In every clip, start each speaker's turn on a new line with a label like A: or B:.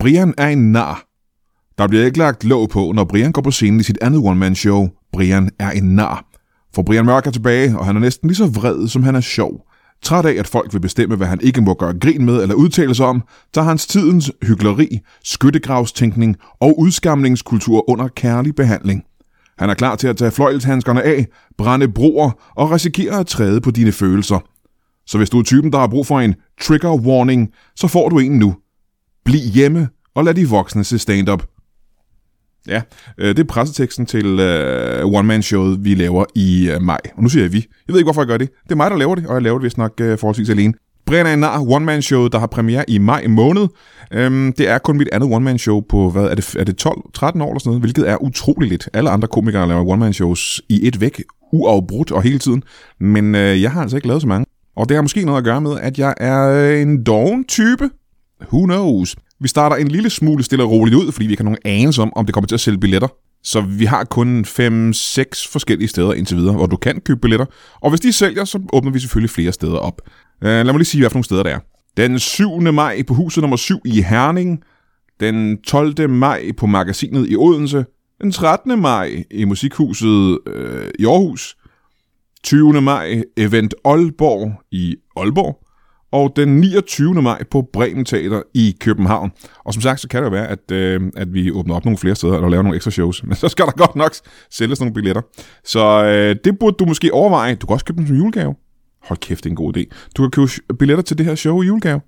A: Brian er en nar. Der bliver ikke lagt låg på, når Brian går på scenen i sit andet one-man-show, Brian er en nar. For Brian Mørk er tilbage, og han er næsten lige så vred, som han er sjov. Træt af, at folk vil bestemme, hvad han ikke må gøre grin med eller udtale sig om, tager hans tidens hyggeleri, skyttegravstænkning og udskamningskultur under kærlig behandling. Han er klar til at tage fløjelshandskerne af, brænde broer og risikere at træde på dine følelser. Så hvis du er typen, der har brug for en trigger warning, så får du en nu. Bliv hjemme og lad de voksne se stand-up. Ja, øh, det er presseteksten til øh, one-man-showet, vi laver i øh, maj. Og nu siger jeg vi. Jeg ved ikke, hvorfor jeg gør det. Det er mig, der laver det, og jeg laver det vist nok øh, forholdsvis alene. Brian er en nar, one-man-showet, der har premiere i maj måned. Øhm, det er kun mit andet one-man-show på, hvad er det, er det 12-13 år eller sådan noget, hvilket er utrolig lidt. Alle andre komikere laver one-man-shows i et væk, uafbrudt og hele tiden. Men øh, jeg har altså ikke lavet så mange. Og det har måske noget at gøre med, at jeg er øh, en doven type. Who knows? Vi starter en lille smule stille og roligt ud, fordi vi ikke har nogen anelse om, om det kommer til at sælge billetter. Så vi har kun 5-6 forskellige steder indtil videre, hvor du kan købe billetter. Og hvis de sælger, så åbner vi selvfølgelig flere steder op. Uh, lad mig lige sige, hvad for nogle steder der er. Den 7. maj på huset nummer 7 i Herning. Den 12. maj på magasinet i Odense. Den 13. maj i Musikhuset øh, i Aarhus. 20. maj Event Aalborg i Aalborg, og den 29. maj på Bremen Teater i København. Og som sagt, så kan det jo være, at, øh, at vi åbner op nogle flere steder, eller laver nogle ekstra shows, men så skal der godt nok sælges nogle billetter. Så øh, det burde du måske overveje. Du kan også købe dem som julegave. Hold kæft, det er en god idé. Du kan købe billetter til det her show i julegave.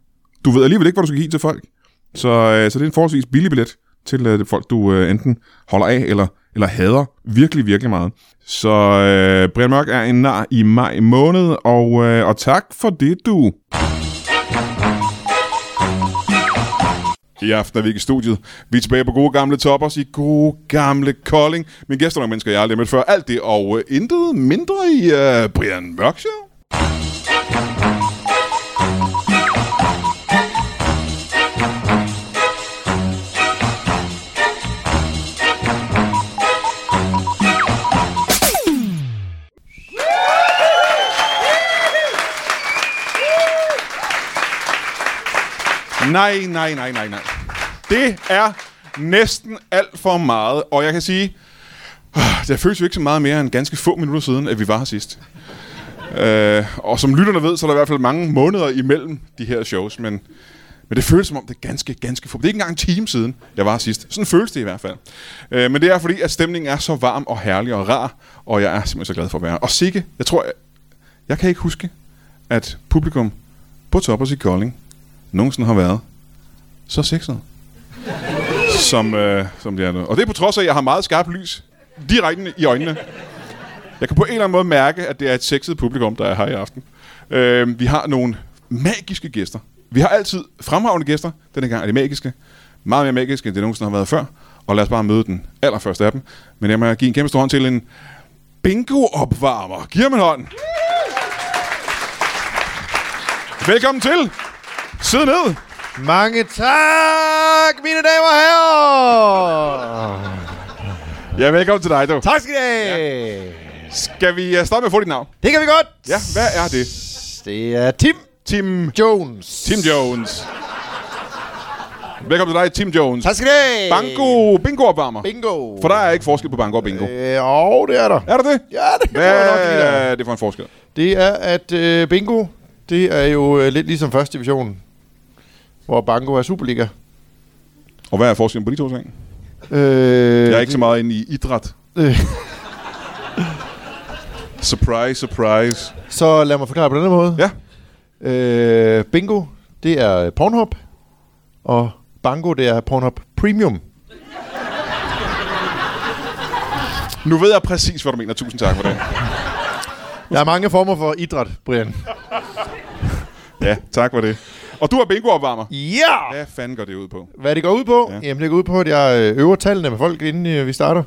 A: Du ved alligevel ikke, hvad du skal give til folk. Så, øh, så det er en forholdsvis billig billet til øh, folk, du øh, enten holder af eller, eller hader virkelig, virkelig meget. Så øh, Brian Mørk er en nar i maj måned, og, øh, og tak for det, du. I aften er vi ikke i studiet. Vi er tilbage på gode gamle toppers i gode gamle Kolding. Mine gæster er nogle mennesker, jeg aldrig har mødt før. Alt det og øh, intet mindre i øh, Brian Mørk Show. Nej, nej, nej, nej, nej. Det er næsten alt for meget, og jeg kan sige, øh, det føles jo ikke så meget mere end ganske få minutter siden, at vi var her sidst. Øh, og som lytterne ved, så er der i hvert fald mange måneder imellem de her shows, men, men det føles som om, det er ganske, ganske få. Det er ikke engang en time siden, jeg var her sidst. Sådan føles det i hvert fald. Øh, men det er fordi, at stemningen er så varm og herlig og rar, og jeg er simpelthen så glad for at være her. Og sikke, jeg tror, jeg, jeg kan ikke huske, at publikum på Toppers i Kolding nogensinde har været så sexet. som, øh, som det er nu. Og det er på trods af, at jeg har meget skarpt lys direkte i øjnene. Jeg kan på en eller anden måde mærke, at det er et sexet publikum, der er her i aften. Øh, vi har nogle magiske gæster. Vi har altid fremragende gæster. Denne gang er de magiske. Meget mere magiske, end det nogensinde har været før. Og lad os bare møde den allerførste af dem. Men jeg må give en kæmpe stor hånd til en bingo-opvarmer. Giv ham en hånd. Velkommen til. Sid ned.
B: Mange tak, mine damer og herrer!
A: Ja, velkommen til dig, du.
B: Tak skal I have! Ja.
A: Skal vi øh, starte med at få dit navn?
B: Det kan vi godt!
A: Ja, hvad er det?
B: Det er Tim
A: Tim,
B: Jones.
A: Tim Jones. Velkommen til dig, Tim Jones.
B: Tak skal I have!
A: Bango, bingo opvarmer.
B: Bingo!
A: For der er ikke forskel på banko og bingo.
B: Øh, og det er der.
A: Er der det?
B: Ja, det
A: Hvad
B: tror jeg nok, det er.
A: er det for en forskel?
B: Det er, at øh, bingo, det er jo øh, lidt ligesom første division, hvor bango er Superliga.
A: Og hvad er forskellen på de to ting?
B: Øh,
A: Jeg er ikke så meget inde i idræt.
B: Øh,
A: Surprise, surprise.
B: så lad mig forklare på den her måde.
A: Ja,
B: Øh, bingo, det er Pornhub. Og Bango, det er Pornhub Premium.
A: nu ved jeg præcis, hvad du mener. Tusind tak for det.
B: Der er mange former for idræt, Brian.
A: Ja, tak for det. Og du er bingo opvarmer.
B: Ja!
A: Hvad fanden går det ud på?
B: Hvad det går ud på?
A: Ja.
B: Ja. Jamen, det går ud på, at jeg øh, øver tallene med folk, inden øh, vi starter.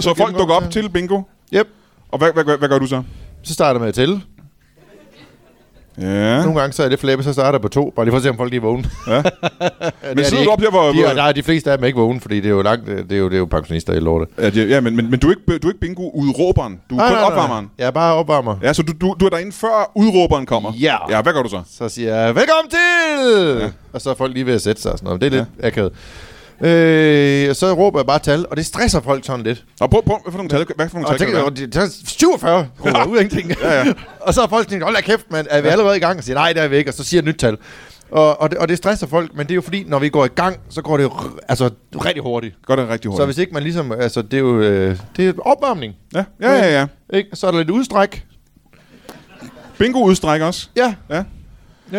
A: Så folk
B: gennemgår
A: dukker op
B: det.
A: til bingo.
B: Yep.
A: Og hvad, hvad, hvad, hvad gør du så?
B: Så starter jeg med at tælle.
A: Ja.
B: Nogle gange så er det flæbe, så starter jeg på to, bare lige for at se, om folk lige er vågne.
A: Ja.
B: Men
A: Men sidder du op der, hvor...
B: De, er, nej, de fleste af dem er ikke vågne, fordi det er jo, langt, øh, det er jo, det er jo pensionister i lortet.
A: At, ja, men, men, men du er ikke, du er ikke bingo udråberen. Du er
B: Nej,
A: kun
B: nej, nej, nej.
A: opvarmeren.
B: Jeg er bare opvarmer.
A: Ja, så du, du, du er derinde, før udråberen kommer.
B: Ja.
A: Ja, hvad gør du så?
B: Så siger jeg, velkommen til! Ja. Og så er folk lige ved at sætte sig og sådan noget. Det er lidt ja. akavet. Øh, og så råber jeg bare tal, og det stresser folk sådan lidt.
A: Og prøv, prøv, hvad for nogle tal, hvad for nogle
B: Og
A: tal kan
B: tænker,
A: det være?
B: jeg, det er 47 kroner ud af ingenting. ja, ja. og så er folk tænkt, hold da kæft, mand, er vi allerede i gang? Og siger, nej, der er vi ikke, og så siger jeg et nyt tal. Og, og, det, og det stresser folk, men det er jo fordi, når vi går i gang, så går det jo r- altså, rigtig hurtigt.
A: Gør det rigtig hurtigt.
B: Så hvis ikke man ligesom, altså det er jo øh, det er opvarmning,
A: Ja, ja, ja, ja.
B: ikke? Så er der lidt udstræk.
A: Bingo udstræk også.
B: Ja,
A: Ja.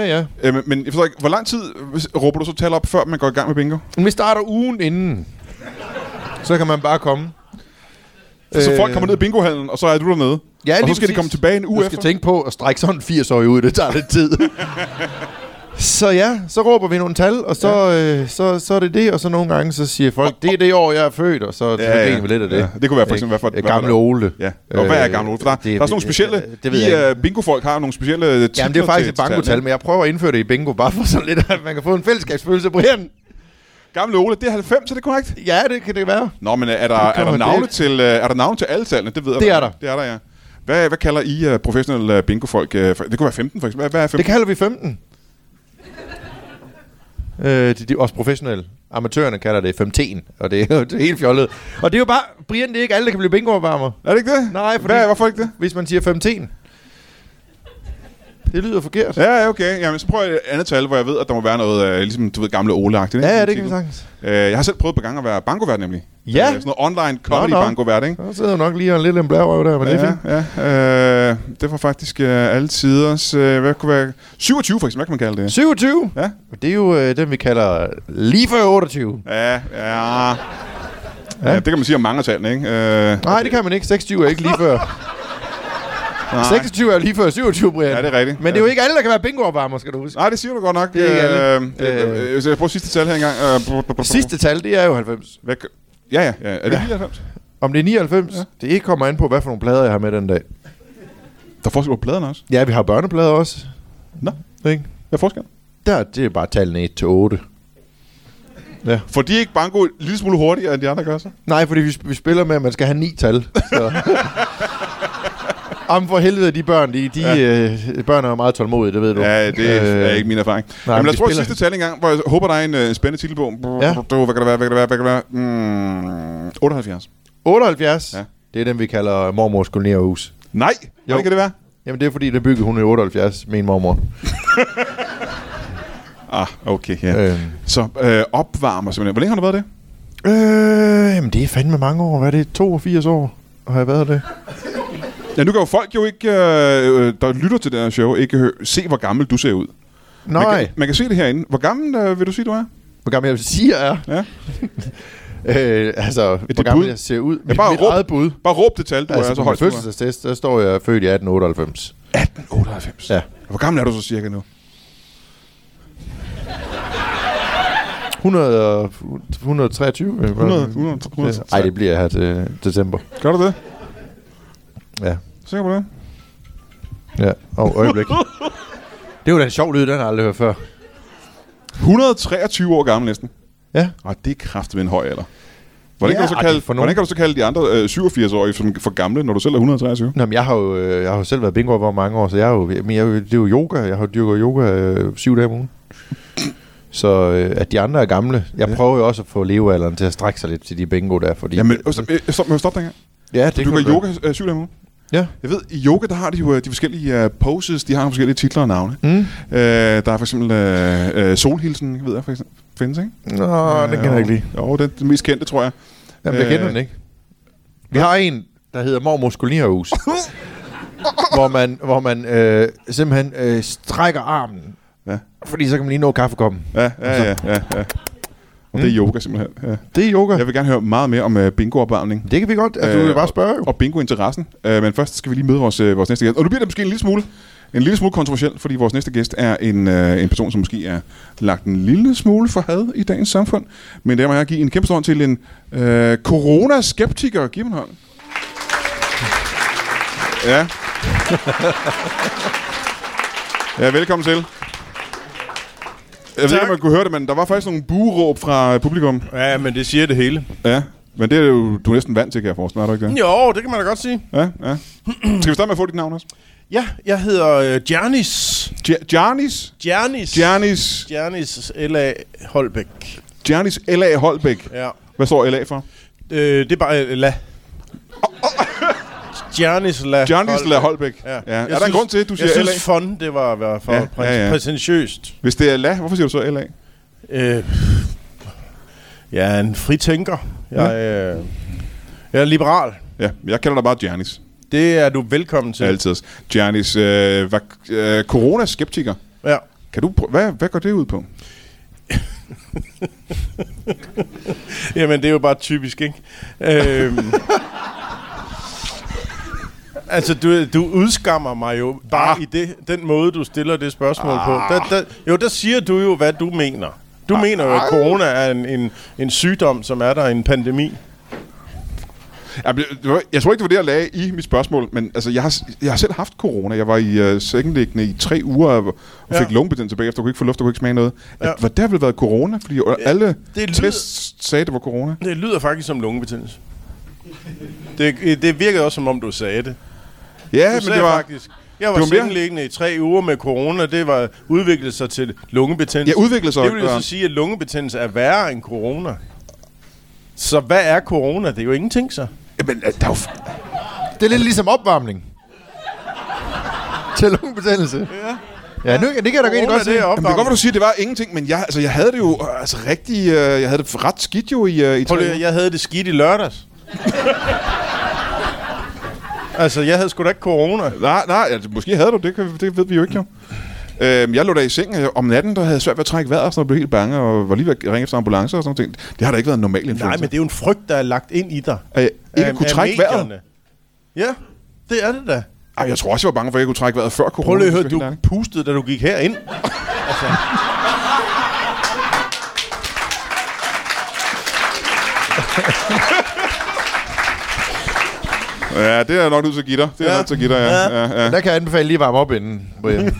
B: ja, ja.
A: Øh, men- men jeg forstår ikke, hvor lang tid hvis- råber du så tal op, før man går i gang med bingo?
B: Men vi starter ugen inden, så kan man bare komme.
A: Øh. Så
B: Øh.
A: folk kommer ned i bingohallen, og så er du dernede.
B: Ja,
A: og så
B: lige
A: skal de
B: præcis.
A: komme tilbage en uge
B: Du skal
A: efter.
B: tænke på at strække sådan 80 år ud, det tager lidt tid. så ja, så råber vi nogle tal, og så, ja. øh, så, så er det det, og så nogle gange så siger folk, det er det år, jeg er født, og så ja, griner vi lidt af det.
A: Ja, det kunne være for eksempel, hvad for,
B: Øh,
A: hvad for-
B: Gamle Ole.
A: Ja, og hvad er
B: Øh,
A: gammel Ole? For der,
B: det-
A: der er sådan nogle
B: det-
A: specielle...
B: det- det ved jeg
A: de, øh, bingofolk har nogle specielle øh, titler
B: Jamen, det er faktisk
A: til-
B: et
A: til
B: bankotal,
A: tallene.
B: men jeg prøver at indføre det i bingo, bare for sådan lidt, at man kan få en fællesskabsfølelse, Brian.
A: Gamle Ole, det er 90, er det korrekt?
B: Ja, det kan det være.
A: Nå, men øh, er der,
B: Det
A: er
B: kommer
A: der, navne,
B: det.
A: til, øh, er der navne til alle tallene? Det ved jeg.
B: Det
A: da.
B: er der.
A: Det er der, ja. Hvad, hvad kalder I uh, professionelle øh, bingofolk? Uh, det kunne være 15, for eksempel. Hvad, hvad er 15?
B: Det kalder vi 15. Øh, det, det er også professionelle. Amatørerne kalder det 15, og det er jo det er helt fjollet. Og det er jo bare, Brian, det er ikke alle, der kan blive bingo-opvarmer.
A: Er det ikke det?
B: Nej, fordi-
A: Hvad, hvorfor ikke det?
B: Hvis man siger 15. Det lyder forkert.
A: Ja, ja, okay. Jamen, så prøver jeg et andet tal, hvor jeg ved, at der må være noget, øh, ligesom, du ved, gamle Ole-agtigt. ikke?
B: Ja, ja det
A: Sådan
B: kan vi
A: en titel.
B: sagtens.
A: Øh, jeg har selv prøvet et par gange at være bankovært, nemlig.
B: Ja.
A: Øh, sådan noget online comedy
B: Nå, nå.
A: bankovært, ikke?
B: Så sidder jeg nok lige og en lille en blærøv der, men ja. det er
A: Ja,
B: fint.
A: ja. Øh, det var faktisk øh, alle tiders... Øh, hvad kunne være... 27, for eksempel. Hvad kan man kalde det?
B: 27.
A: Ja.
B: Det er jo øh, den, vi kalder lige før 28.
A: Ja, ja. Ja, det kan man sige om mange af tallene, ikke? Øh,
B: Nej, det kan man ikke. 26 er ikke lige før.
A: nej.
B: 26 er lige før 27, Brian.
A: Ja, det er rigtigt.
B: Men det er jo ikke alle, der kan være bingo-opvarmer, skal du huske.
A: Nej, det siger du godt nok.
B: Det er ikke
A: øh,
B: alle.
A: øh, øh, øh, så jeg prøver sidste tal her engang. Øh, br- br- br- br-
B: Sidste tal, det er jo 90.
A: Hvad, gør- ja, ja, ja. Er det 99?
B: Om det er 99, ja. det kommer an på, hvad for nogle plader, jeg har med den dag.
A: Der er forskel på pladerne også.
B: Ja, vi har børneplader også.
A: Nå,
B: Ikke?
A: hvad er forskellen?
B: Der, det er bare tallene 1 til 8.
A: Får de ikke banko en lille smule hurtigere, end de andre gør så?
B: Nej, fordi vi, sp- vi spiller med, at man skal have ni tal. Så. Om for helvede, de børn, de, de ja. øh, børn er jo meget tålmodige, det ved du. Øh,
A: Ja, det er ikke min erfaring. Nej, men
B: men
A: lad os
B: de
A: prøve
B: spiller-
A: sidste tal engang, hvor jeg håber, der er en øh, spændende titel på.
B: Ja.
A: Du, Hvad kan det være, hvad kan det være, hvad kan det være? Mm, 78.
B: 78,
A: Ja.
B: ja. det er den, vi kalder mormors kolonierhus.
A: Nej, hvad
B: Jo.
A: kan det være?
B: Jamen, det er fordi, den byggede hun i 78, min mormor.
A: Ah, okay, ja. Øh.
B: Øhm.
A: Så øh, opvarmer simpelthen. Hvor længe har du været det?
B: Øh, jamen, det er fandme mange år. Hvad er det? 82 år har jeg været det?
A: Ja, nu kan jo folk jo ikke, øh, øh, der lytter til det her show, ikke hø- se, hvor gammel du ser ud.
B: Nej.
A: Man kan, man kan se det herinde. Hvor gammel øh, vil du sige, du er?
B: Hvor gammel jeg siger er?
A: Ja.
B: Øh, altså, hvor
A: dit
B: gammel
A: bud?
B: jeg ser ud.
A: Ja, bare
B: mit
A: råb.
B: eget bud.
A: Bare råb det tal, du altså, er
B: Altså,
A: så
B: på min
A: højt. du
B: fødselsattest, der står jeg født i 1898.
A: er. 1898.
B: Ja.
A: Hvor gammel er du så cirka nu?
B: 100, og- 123?
A: 100, 100, 100.
B: Nej, det bliver her til december.
A: Gør du det?
B: Ja.
A: Sikker på det?
B: Ja, og øjeblik. det var da en sjov lyd, den har jeg aldrig hørt før.
A: 123 år gammel næsten.
B: Ja.
A: Og det er kraftigt en høj alder. Hvordan, ja, kan
B: Ja,
A: du så
B: ej,
A: kalde,
B: for
A: for
B: nogen-
A: hvordan kan du så kalde de andre øh, 87-årige som for gamle, når du selv er 123?
B: Nå, men jeg har jo, øh, jeg har jo selv været bingo over mange år, så jeg er jo, men jeg, er jo- det er jo yoga. Jeg har jo dyrket yoga øh, syv dage om ugen. Så øh, at de andre er gamle. Jeg ja. prøver jo også at få levealderen til at strække sig lidt til de bingo der, fordi...
A: Jamen, øh, stop, øh, stop, må jeg stoppe dengang.
B: ja, det
A: Du
B: kan
A: gør
B: du gøre.
A: yoga øh, syv dage om ugen.
B: Ja.
A: Jeg ved, i yoga, der har de jo øh, de forskellige øh, poses, de har nogle forskellige titler og navne.
B: Mm.
A: Øh, der er for eksempel øh, øh, solhilsen, ved jeg for eksempel, findes, ikke?
B: Nå, den kan jeg ikke lide.
A: Jo, den, den mest kendte, tror jeg.
B: Jamen, jeg kender
A: Øh.
B: den ikke. Vi har en, der hedder Mormors Kolonierhus. hvor man, hvor man øh, simpelthen øh, strækker armen.
A: Ja.
B: Fordi så kan man lige nå kaffekoppen.
A: Ja, ja, ja.
B: Altså.
A: ja, ja. Og det er
B: Mm.
A: yoga simpelthen. Ja.
B: Det er yoga.
A: Jeg vil gerne høre meget mere om øh, bingoopvarmning
B: Det kan vi godt. Altså, øh, du
A: Øh,
B: kan bare spørge jo.
A: og bingointeressen. Øh, men først skal vi lige møde vores, øh, vores næste gæst. Og nu bliver det måske en lille smule, en lille smule kontroversiel, fordi vores næste gæst er en, øh, en person, som måske er lagt en lille smule for had i dagens samfund. Men der må jeg give en kæmpe stor hånd til en øh, coronaskeptiker. Giv ham en hånd. Ja. Ja, velkommen til. Jeg ved
C: Tak.
A: ikke, om man kunne høre det, men der var faktisk nogle bueråb fra øh, publikum.
C: Ja, men det siger det hele.
A: Ja, men det er jo, du er næsten vant til, kan jeg forestille mig, er du ikke det?
C: Jo, det kan man da godt sige.
A: Ja, ja. Skal vi starte med at få dit navn også?
C: Ja, jeg hedder uh, Giannis.
A: Giannis?
C: Giannis.
A: Giannis,
C: Giannis L.A. Holbæk.
A: Giannis L.A. Holbæk.
C: Ja.
A: Hvad står LA for?
C: Øh, det er bare øh, La. Giannis La
A: Giannis L.A. Holbæk.
C: Ja.
A: Ja.
C: Jeg
A: Er der en
C: synes-
A: grund til, at du
C: Jeg
A: siger
C: synes,
A: LA?
C: fun, det var, var for
A: Ja,
C: ja, præ-
A: ja,
C: ja,
A: ja.
C: ja. præsentiøst.
A: Hvis det er LA, hvorfor siger du så LA?
C: Øh, jeg er en fritænker. Jeg,
A: Mm.
C: ja. øh, jeg er liberal.
A: Ja, jeg kalder dig bare Giannis.
C: Det er du velkommen til.
A: Altid. Giannis, øh, vak- øh, coronaskeptiker.
C: Ja.
A: Kan du prø- hvad, hvad går det ud på?
C: Jamen, det er jo bare typisk, ikke? Øhm, altså, du, du udskammer mig jo bare
A: Ah.
C: ah. i det, den måde, du stiller det spørgsmål ah. på. Der, der, jo, der siger du jo, hvad du mener. Du ah. mener jo, at corona er en, en, en sygdom, som er der en pandemi.
A: Jamen, det- det var- Jeg tror ikke, det var det, jeg lagde i mit spørgsmål, men altså, jeg, har, s- jeg har selv haft corona. Jeg var i øh, sengeliggende i tre uger og og fik ja.
C: Ja.
A: lungebetændelse bagefter. Jeg kunne ikke få luft, jeg kunne ikke smage noget. Ja.
C: Ja.
A: At, hvad der ville været corona? Fordi jo alle
C: lyder-
A: tests sagde, det var corona.
C: Det lyder faktisk som lungebetændelse. Det, det virkede også, som om du sagde det.
A: Ja,
C: Du
A: men
C: sagde
A: det var...
C: faktisk, jeg var,
A: det var mere-
C: sengeliggende i tre uger med corona. Det var udviklet sig til lungebetændelse.
A: Ja, udviklet sig,
C: Det vil jo
A: ja.
C: så sige, at lungebetændelse er værre end corona. Så hvad er corona? Det er jo ingenting, så.
A: Jamen, øh, der er jo f-
B: Det er lidt ligesom opvarmning. Til lungebetændelse. Ja. Ja, nu, det kan jeg da egentlig
C: Corona,
B: godt
C: det
B: se.
A: Jamen, det
C: er
A: er godt,
C: opvarmning.
A: hvad du siger, det var ingenting, men jeg, altså, jeg havde det jo øh, altså, rigtig... Øh, jeg havde det ret skidt jo i, øh, i
C: Prøv
A: tre
C: lige,
A: uger.
C: jeg havde det skidt i lørdags. altså, jeg havde sgu da ikke corona.
A: Nej, nej, altså, måske havde du det, kan- det ved vi jo ikke jo. Øhm, jeg lå der i sengen og om natten, der havde jeg svært ved at trække vejret, og sådan noget, blev helt bange, og var lige ved at ringe efter ambulance og sådan noget. Det har da ikke været en normal influenza.
C: Nej, men det er jo en frygt, der er lagt ind i dig.
A: At jeg ikke
C: Af-
A: kunne
C: af
A: trække vejret.
C: medierne. Ja, det er det da.
A: Ej, jeg tror også, jeg var bange for, at jeg kunne trække vejret før corona.
C: Prøv lige
A: hvis
C: at høre,
A: jeg skal være
C: du
A: helt
C: pustede, da du gik herind. altså.
A: ærlig. Ja, det er jeg nok nødt til at give dig. Det er jeg
C: Ja.
A: nødt til at give dig, ja.
C: Ja.
A: ja. ja, ja.
B: Der kan jeg anbefale lige at varme op inden, Brian.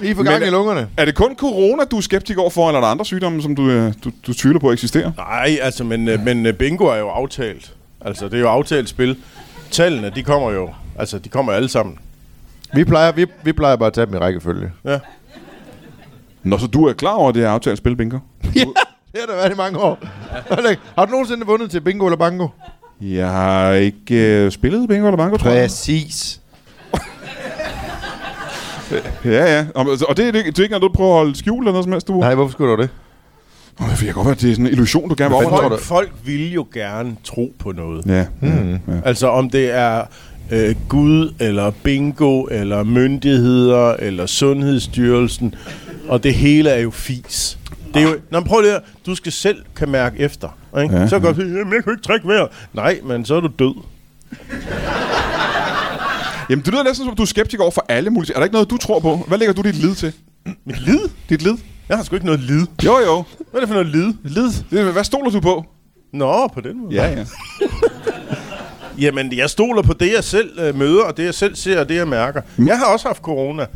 B: Lige for gang
A: Men-
B: i lungerne.
A: Er det kun corona, du er skeptisk overfor, eller er der andre sygdomme, som du, øh, du, du tvivler på eksisterer?
C: Nej, altså, men, øh, men øh, bingo er jo aftalt. Altså, det er jo aftalt spil. Tallene, de kommer jo. Altså, de kommer alle sammen.
B: Vi plejer, vi, vi plejer bare at tage dem i rækkefølge.
C: Ja.
A: Nå, så du er klar over, at det er aftalt spil, Binker?
B: Det har der været i mange år. har du nogensinde vundet til bingo eller bango?
A: Jeg har ikke øh, spillet bingo eller banko, tror jeg.
B: Præcis.
A: Ja, ja. Og, og det, er, det, det er ikke noget, du prøver at holde skjult eller noget som helst, du?
B: Nej, hvorfor skulle du det?
A: Oh, jeg kan godt være, at det er sådan en illusion, du gerne vil
B: Hvad fanden tror
A: overholde.
B: du?
C: Folk, folk vil jo gerne tro på noget.
A: Ja. Mm. ja.
C: Altså, om det er øh, Gud, eller bingo, eller myndigheder, eller Sundhedsstyrelsen. Og det hele er jo fis. Det er jo, nå, men prøv lige at, du skal selv kan mærke efter. Ikke?
A: Ja.
C: Ja, så kan du sige, "Jamen, jeg kan ikke trække vejret. Nej, men så er du død.
A: Jamen, det lyder næsten som, om du er skeptisk over for alle mulige Er der ikke noget, du tror på? Hvad lægger du dit lid til?
C: Mit lid?
A: Dit lid?
C: Jeg har sgu ikke noget lid.
A: Jo, jo.
C: Hvad er det for noget lid? Lid?
A: Det, hvad stoler du på?
C: Nå, på den måde.
A: ja.
C: Jamen, jeg stoler på det, jeg selv øh, møder, og det, jeg selv ser, og det, jeg mærker. Mm. Jeg har også haft corona.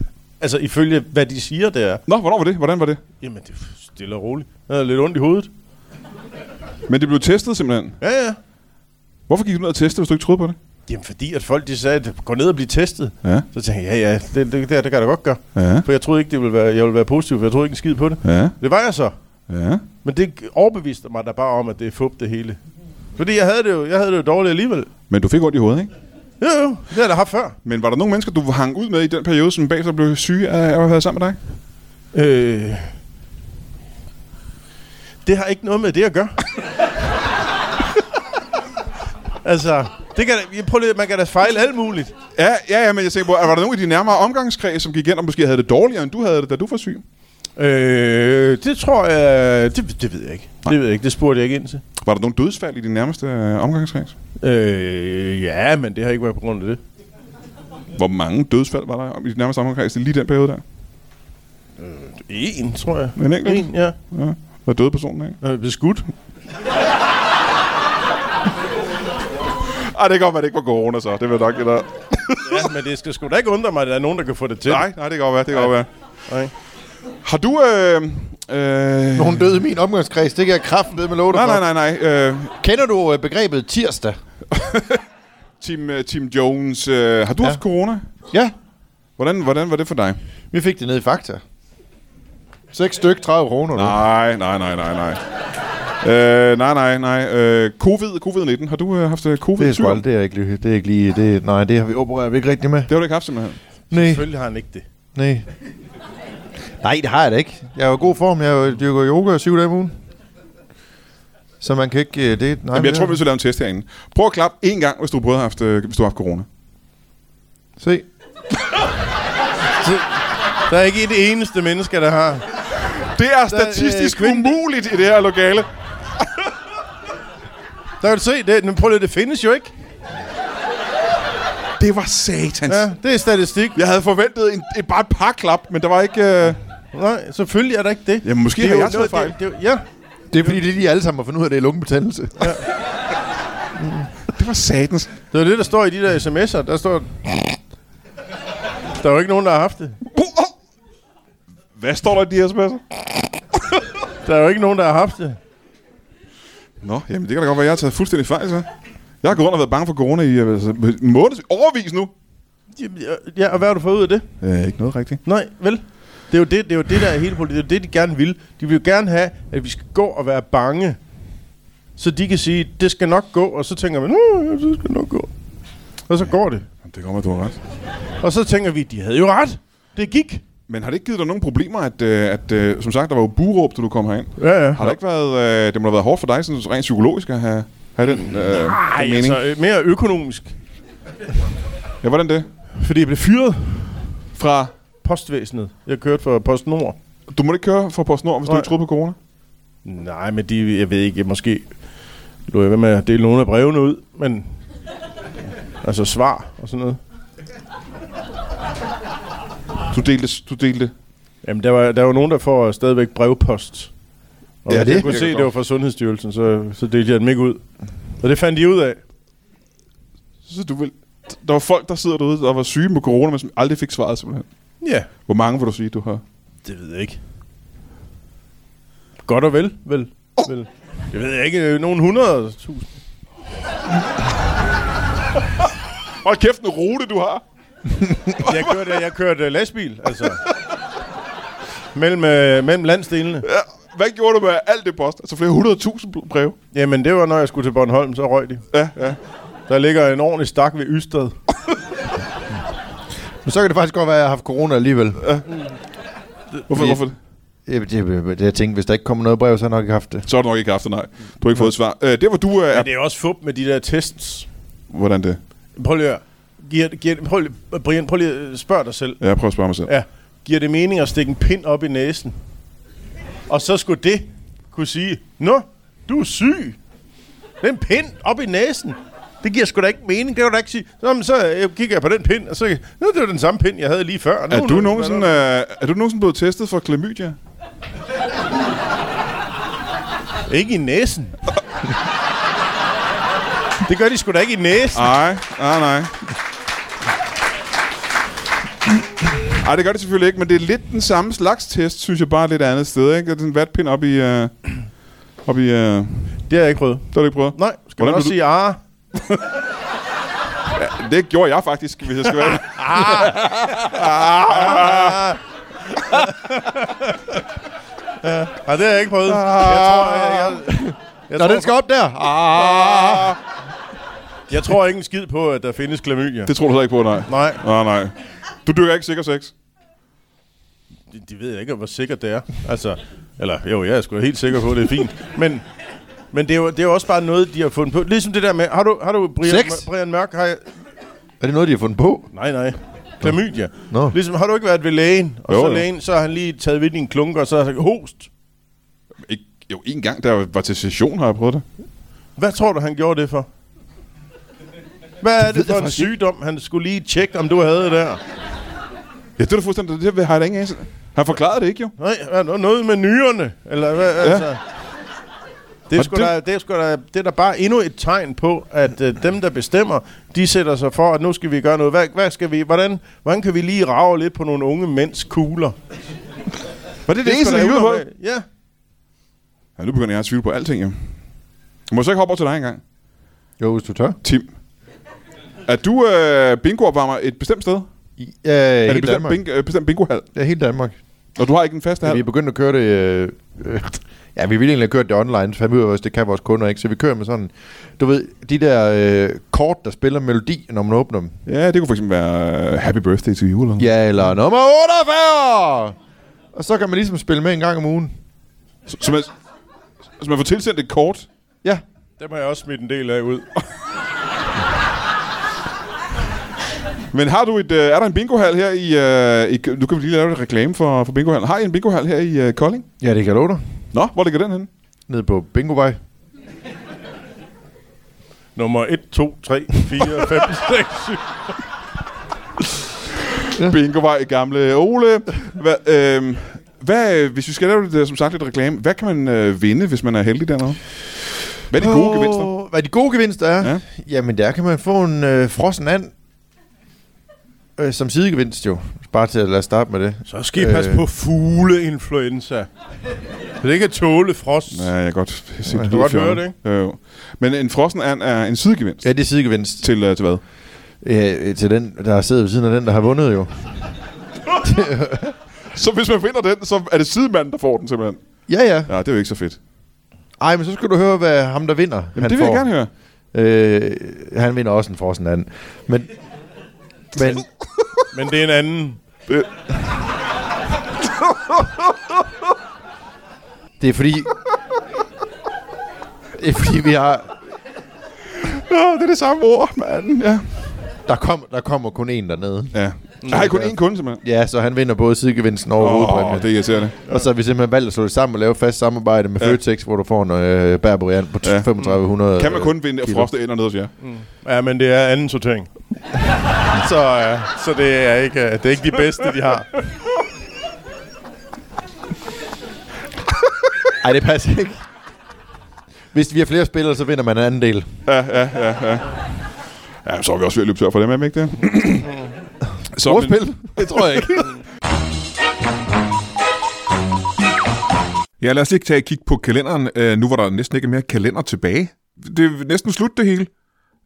C: Altså, ifølge hvad de siger, det er.
A: Nå, hvornår var det? Hvordan var det?
C: Jamen, det er stille og roligt. Jeg havde lidt ondt i hovedet.
A: Men det blev testet simpelthen.
C: Ja, ja.
A: Hvorfor gik du ned og testede, hvis du ikke troede på det?
C: Jamen, fordi at folk, de sagde, at gå ned og blive testet.
A: Ja.
C: Så tænkte jeg, ja, ja, det, det, det, her, det kan jeg da godt gøre.
A: Ja.
C: For jeg troede ikke, det ville være, jeg ville være positiv, for jeg troede ikke en skid på det.
A: Ja.
C: Det var jeg så.
A: Ja.
C: Men det overbeviste mig da bare om, at det er fup det hele. Fordi jeg havde det jo, jeg havde det jo dårligt alligevel.
A: Men du fik ondt i hovedet, ikke?
C: Jo, jo, det har jeg da haft før.
A: Men var der nogle mennesker, du hang ud med i den periode, som bagefter blev syge af at være sammen med dig?
C: Øh, det har ikke noget med det at gøre. altså, det kan, da- jeg prøver lige, man kan da fejle alt muligt.
A: Ja, ja, ja, men jeg tænker på, var der nogen i din nærmere omgangskreds, som gik ind og måske havde det dårligere, end du havde det, da du var syg?
C: Øh, det tror jeg... Det, det ved jeg ikke. Det ved jeg ikke. Det spurgte jeg ikke ind til.
A: Var der nogen dødsfald i din nærmeste øh, omgangskreds?
C: Øh, ja, men det har ikke været på grund af det.
A: Hvor mange dødsfald var der i din nærmeste omgangskreds i lige den periode der?
C: En, tror jeg.
A: En enkelt?
C: En, ja.
A: Ja. Var døde personen af?
C: Øh, beskudt.
A: Ej, det kan godt være, det ikke var corona så. Det var nok det der.
C: Ja, men det skal sgu da ikke undre mig, at der er nogen, der kan få det til.
A: nej, nej, det kan godt være, det kan godt være.
C: Nej.
A: Har du... Øh, øh,
B: Nogen døde i min omgangskreds, det kan jeg kraften med love dig
A: Nej,
B: for.
A: nej, nej, nej. Øh,
B: Kender du øh, begrebet tirsdag?
A: Tim, øh, Tim Jones, øh, har du ja.
B: Ja.
A: haft corona?
B: Ja,
A: Hvordan, hvordan var det for dig?
B: vi fik det ned i Fakta. 6 styk, 30 kroner. du.
A: Nej, nej, nej, nej, nej. Øh, nej, nej, nej. Øh, covid, covid-19. Har du øh, haft øh, covid?
B: Det er sgu aldrig, det er ikke lige, det er ikke lige, det, nej, det har vi opereret vi ikke rigtig med.
A: Det har du ikke haft, simpelthen.
B: Nej,
C: Selvfølgelig har han ikke det.
B: nej. Nej, det har jeg da ikke. Jeg er jo i god form, jeg øh, dyrker yoga syv dage om ugen. Så man kan ikke, øh, det, nej.
A: Jamen, jeg
B: det
A: tror, vi
B: har-
A: skal lave en test herinde. Prøv at klappe én gang, hvis du både har haft, øh, hvis du har haft corona.
B: Se.
C: Der er ikke et eneste menneske, der har.
A: Det er statistisk
C: øh,
A: øh,
C: kvinden-
A: umuligt i det her lokale.
C: Der kan du se, det, men prøv lige, det findes jo ikke.
A: Det var satans.
C: Ja,
A: Ja.
C: det er statistik.
A: Jeg havde forventet en, et, bare et par klap, men der var ikke... Øh...
C: Nej, selvfølgelig er der ikke det.
A: Jamen, måske
C: det er
A: har
C: jo
A: jeg taget
C: noget- det- det- Ja,
B: Det er fordi, det lige alle sammen har fundet ud af, det er lungebetændelse.
A: Det var satans.
C: det er det, der står i de der sms'er. Der står... Der er jo ikke nogen, der har haft det.
A: Uh, uh. Hvad står der i de her sms'er?
C: Der er jo ikke nogen, der har haft det.
A: Nå, jamen det kan da godt være, jeg har taget fuldstændig fejl, så. Jeg har gået rundt og været bange for corona i altså, måneds, overvis nu.
C: Jamen, Ja, og hvad har du fået ud af det?
A: Øh, ikke noget rigtigt.
C: Nej, vel? Det er jo det, det, er jo det der er hele politiet. Det er jo det, de gerne vil. De vil jo gerne have, at vi skal gå og være bange. Så de kan sige, det skal nok gå. Og så tænker man, "Nå, ja, det skal nok gå. Og så går det.
A: Det kommer, du har ret.
C: Og så tænker vi, de havde jo ret. Det gik.
A: Men har det ikke givet dig nogen problemer, at, øh, at øh, som sagt, der var jo buråb, da du kom herind?
C: Ja, ja.
A: Har det ikke været, øh, det må have været hårdt for dig, sådan rent psykologisk at have, have den, øh,
C: Ej,
A: den mening?
C: altså, øh, mere økonomisk.
A: Ja, hvordan det?
C: Fordi jeg blev fyret
A: Fra,
C: postvæsenet. Jeg kørte for PostNord.
A: du må ikke køre fra PostNord, hvis Nej. du
C: Nej.
A: ikke troede på corona?
C: Nej, men de, jeg ved ikke, måske lå jeg ved med at dele nogle af brevene ud, men altså svar og sådan noget.
A: Du delte, du delte.
C: Jamen, der var, der var nogen, der får stadigvæk brevpost. Og
B: Ja,
C: ja, det,
B: det
C: jeg kunne
A: virker
C: se, det
A: godt.
C: var fra Sundhedsstyrelsen, så, så delte jeg dem ikke ud. Og det fandt de ud af.
A: Så du vil, der var folk, der sidder derude, der var syge med corona, men som aldrig fik svaret simpelthen.
C: Ja,
A: Hvor mange vil du sige, du har?
C: det ved jeg ikke. Godt og vel, vel. Oh. vel. Jeg ved ikke, øh, nogen hundrede tusind.
A: Hold kæft, en rute, du har.
C: Jeg kørte, jeg kørte lastbil, altså. mellem, øh, mellem landsdelene.
A: Ja, Hvad gjorde du med alt det post? Altså flere hundredtusind breve.
C: Jamen, det var, når jeg skulle til Bornholm, så røg de.
A: Ja, ja.
C: Der ligger en ordentlig stak ved Ystad.
B: Men så kan det faktisk godt være, at jeg har haft corona alligevel.
A: Hvorfor,
B: Ja.
A: hvorfor det?
B: Jeg, jeg, jeg tænkte, hvis der ikke kommer noget brev, så har jeg nok ikke haft det.
A: Så har du nok ikke haft det, nej. Du har ikke fået et svar. Øh, det var du øh, er...
C: Men det er også fup med de der tests.
A: Hvordan det?
C: Prøv lige at høre. giver, giver, prøv lige, Brian, prøv lige at spørge dig selv.
A: Ja, jeg prøver at spørge mig selv.
C: Ja. Giver det mening at stikke en pind op i næsen? Og så skulle det kunne sige, Nå, du er syg. Den pind op i næsen. Det giver sgu da ikke mening. Det kan du da ikke sige. Nå, men så øh, kigger jeg på den pind, og så... Nå, det var den samme pind, jeg havde lige før. Nu,
A: Er du, nogensinde, øh, er du nogensinde blevet testet for klamydia?
C: Ikke i næsen. det gør de sgu da ikke i næsen.
A: Nej, nej, nej. Ej, det gør det selvfølgelig ikke, men det er lidt den samme slags test, synes jeg, bare lidt andet sted, ikke? Det er en vatpind op i... Øh, op i øh,
C: Det har jeg ikke prøvet.
A: det har du ikke prøvet?
C: Nej,
A: Hvordan
C: skal man
A: vil
C: også
A: du-
C: sige, ah,
A: Det gjorde jeg faktisk, hvis jeg skal være
C: Nej, det har jeg ikke prøvet. Jeg tror, jeg, jeg,
B: Nå,
C: jeg, tror,
B: den skal op der! Ah.
C: jeg tror ikke en skid på, at der findes klamydia.
A: Det tror du heller ikke på, nej.
C: Nej,
A: Nej, nej. Du dyrker ikke sikker sex?
C: de, de ved ikke, hvor sikkert det er. Altså, eller jo, jeg er sgu helt sikker på, at det er fint. Men, men det, er jo, det er jo også bare noget, de har fundet på. Ligesom det der med, har du, har du Brian,
B: Sex?
C: Brian Mørk? Har jeg,
B: Er det noget, de har fundet på?
C: nej, nej. Klamydia.
B: Nå.
C: Ligesom, har du ikke været ved lægen? Og
A: Jo,
C: så
A: jo.
C: lægen, så har han lige taget ved din klunker, og så har han sagt, host.
A: Ikke, jo, en gang, der var til session, har jeg prøvet det.
C: Hvad tror du, han gjorde det for? Hvad er det for en
B: faktisk ikke.
C: sygdom, han skulle lige tjekke, om du havde der?
A: Ja, det er da fuldstændig, det har jeg da ingen anelse. Han forklarede det ikke, jo.
C: Nej, er der noget med nyrerne? Eller hvad, ja. altså? Det er,
A: Og
C: sgu
A: det-
C: da, det, er sgu da, det er da bare endnu et tegn på, at øh, dem, der bestemmer, de sætter sig for, at nu skal vi gøre noget. Hvad, hvad skal vi, hvordan, hvordan kan vi lige rave lidt på nogle unge mænds kugler? Var det
A: Det
C: sgu
A: eneste,
C: da
A: de lyder på?
C: unormalt. Ja.
A: Ja, nu begynder jeg at tvivle på alting, jo. Må jeg så ikke hoppe over til dig engang?
B: Jo, hvis du tør.
A: Tim. Er du øh, bingo-opvarmer et bestemt sted?
B: I, øh, er
A: er
B: det
A: det bestemt,
B: Danmark.
A: bingo, øh, bestemt bingo-hal?
B: Ja, hele Danmark.
A: Og du har ikke en fast
B: Ja. Vi
A: hal?
B: er begyndt at køre det... Øh, øh, ja, vi ville egentlig have kørt det online, så fandt vi ud af, at det kan vores kunder ikke. Så vi kører med sådan... Du ved, de der øh, kort, der spiller melodi, når man åbner dem.
A: Ja, det kunne for eksempel være øh, Happy Birthday til jul. Eller?
B: Ja, eller nummer 48! Og så kan man ligesom spille med en gang om ugen.
A: Så, så, man, så man får tilsendt et kort.
B: Ja.
C: Dem har jeg også smidt en del af ud.
A: Men har du et, øh, er der en bingo-hal her i, øh, i... Kø- Nu kan vi lige lave lidt reklame for, for bingo-hallen. Har I en bingo-hal her i øh, Kolding?
B: Ja, det kan jeg love dig.
A: Nå, hvor ligger den henne?
B: Nede på Bingovej.
C: Nummer 1, 2, 3, 4, 5, 6, 7.
A: Bingovej i gamle Ole. Hva, øh, hvad, øh, hvis vi skal lave lidt, øh, som sagt lidt reklame, hvad kan man øh, vinde, hvis man er heldig dernede? Hvad er de gode oh. gevinster?
B: Hvad de gode gevinster er?
A: Ja.
B: Ja. Jamen, der kan man få en øh, frossen and. Øh, som sidegevinst jo. Bare til at lade starte med det.
C: Så skal I passe
B: Øh.
C: på fugleinfluenza. Så det kan tåle frost.
A: Ja, jeg kan godt se,
B: Jeg
A: det
B: kan
A: lyder
C: godt høre
A: fjollet. Jo, jo. Men en frossen and er en sidegevinst
B: Ja, det er sidegevinst.
A: til, øh, til hvad?
B: Øh, til den, der sidder ved siden af den, der har vundet jo.
A: Så hvis man vinder den, så er det sidemanden, der får den simpelthen.
B: Ja, ja.
A: Ja, det er jo ikke så fedt.
B: Ej, men så skal du høre, hvad ham, der vinder,
A: Jamen, det vil
B: får.
A: jeg gerne høre.
B: Øh, han vinder også en frossen and. Men, men
C: Men det er en anden.
B: det er fordi... Det er fordi, vi har...
A: Ja, det er det samme ord, mand. Ja.
B: Der, kom, der kommer kun én dernede.
A: ja. Jeg har kun én kunde, simpelthen.
B: Ja, så han vinder både sidegevinsten og
A: Åh,
B: hovedpræmien.
A: oh, det er irriterende.
B: Og så har vi simpelthen valgt at slå det sammen og lave et fast samarbejde med
A: Ja.
B: ja. Føtex, hvor du får en øh, bærborian på
A: Ja.
B: ja. 3500.
A: Kan man kun vinde og
B: kilo.
A: froste ender ned hos jer?
C: Ja, men det er anden sortering.
A: Øh,
C: så, ja, så det er ikke øh, det er ikke de bedste de har.
B: Øh, Ej, det passer ikke. Hvis vi har flere spillere, så vinder man en anden del.
A: Ja, så er vi også ved at løbe tør for dem, er vi ikke det? så, men-
B: Ordspil? Det tror jeg ikke.
A: Ja, lad os lige tage et kig på kalenderen, øh, nu hvor der næsten ikke er mere kalender tilbage. Det er næsten slut det hele.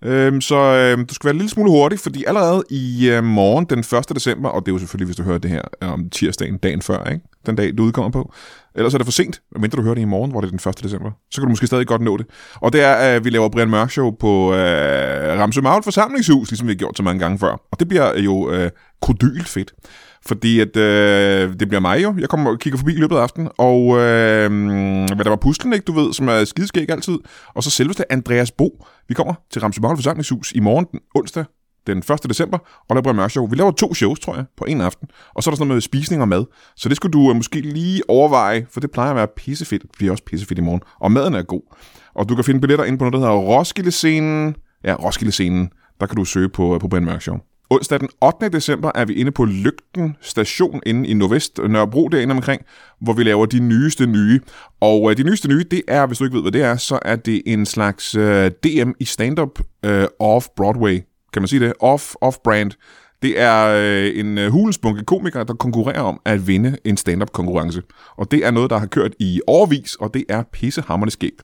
A: Øhm, så øh, du skal være en lille smule hurtig, fordi allerede i øh, morgen den 1. december, og det er jo selvfølgelig, hvis du hører det her øh, om tirsdagen, dagen før, ikke? den dag, du udkommer på. Ellers er det for sent, mindre du hører det i morgen, hvor det er den 1. december. Så kan du måske stadig godt nå det. Og det er, at vi laver Brian Mørk Show på øh, Ramsø Magl forsamlingshus, ligesom vi har gjort så mange gange før. Og det bliver jo øh, kodylt fedt. Fordi at, øh, det bliver mig jo. Jeg kommer og kigger forbi i løbet af aftenen. Og øh, hvad der var puslen, ikke, du ved, som er skideskæg altid. Og så selveste Andreas Bo. Vi kommer til Ramsø Magl forsamlingshus i morgen den onsdag den 1. december, og der bliver mørk show. Vi laver to shows, tror jeg, på en aften. Og så er der sådan noget med spisning og mad. Så det skulle du øh, måske lige overveje, for det plejer at være pissefedt. Det bliver også pissefedt i morgen. Og maden er god. Og du kan finde billetter inde på noget, der hedder Roskilde-scenen. Ja, Roskilde-scenen. Der kan du søge på, øh, på Brian Mørk Show. Onsdag den 8. december er vi inde på Lygten station inde i Nordvest Nørrebro derinde omkring, hvor vi laver de nyeste nye. Og øh, de nyeste nye, det er, hvis du ikke ved, hvad det er, så er det en slags øh, DM i stand-up øh, off-Broadway kan man sige det, off, off-brand. Det er øh, en øh, hulensbunke komikere, der konkurrerer om at vinde en stand-up-konkurrence. Og det er noget, der har kørt i årvis, og det er pissehammerende skægt.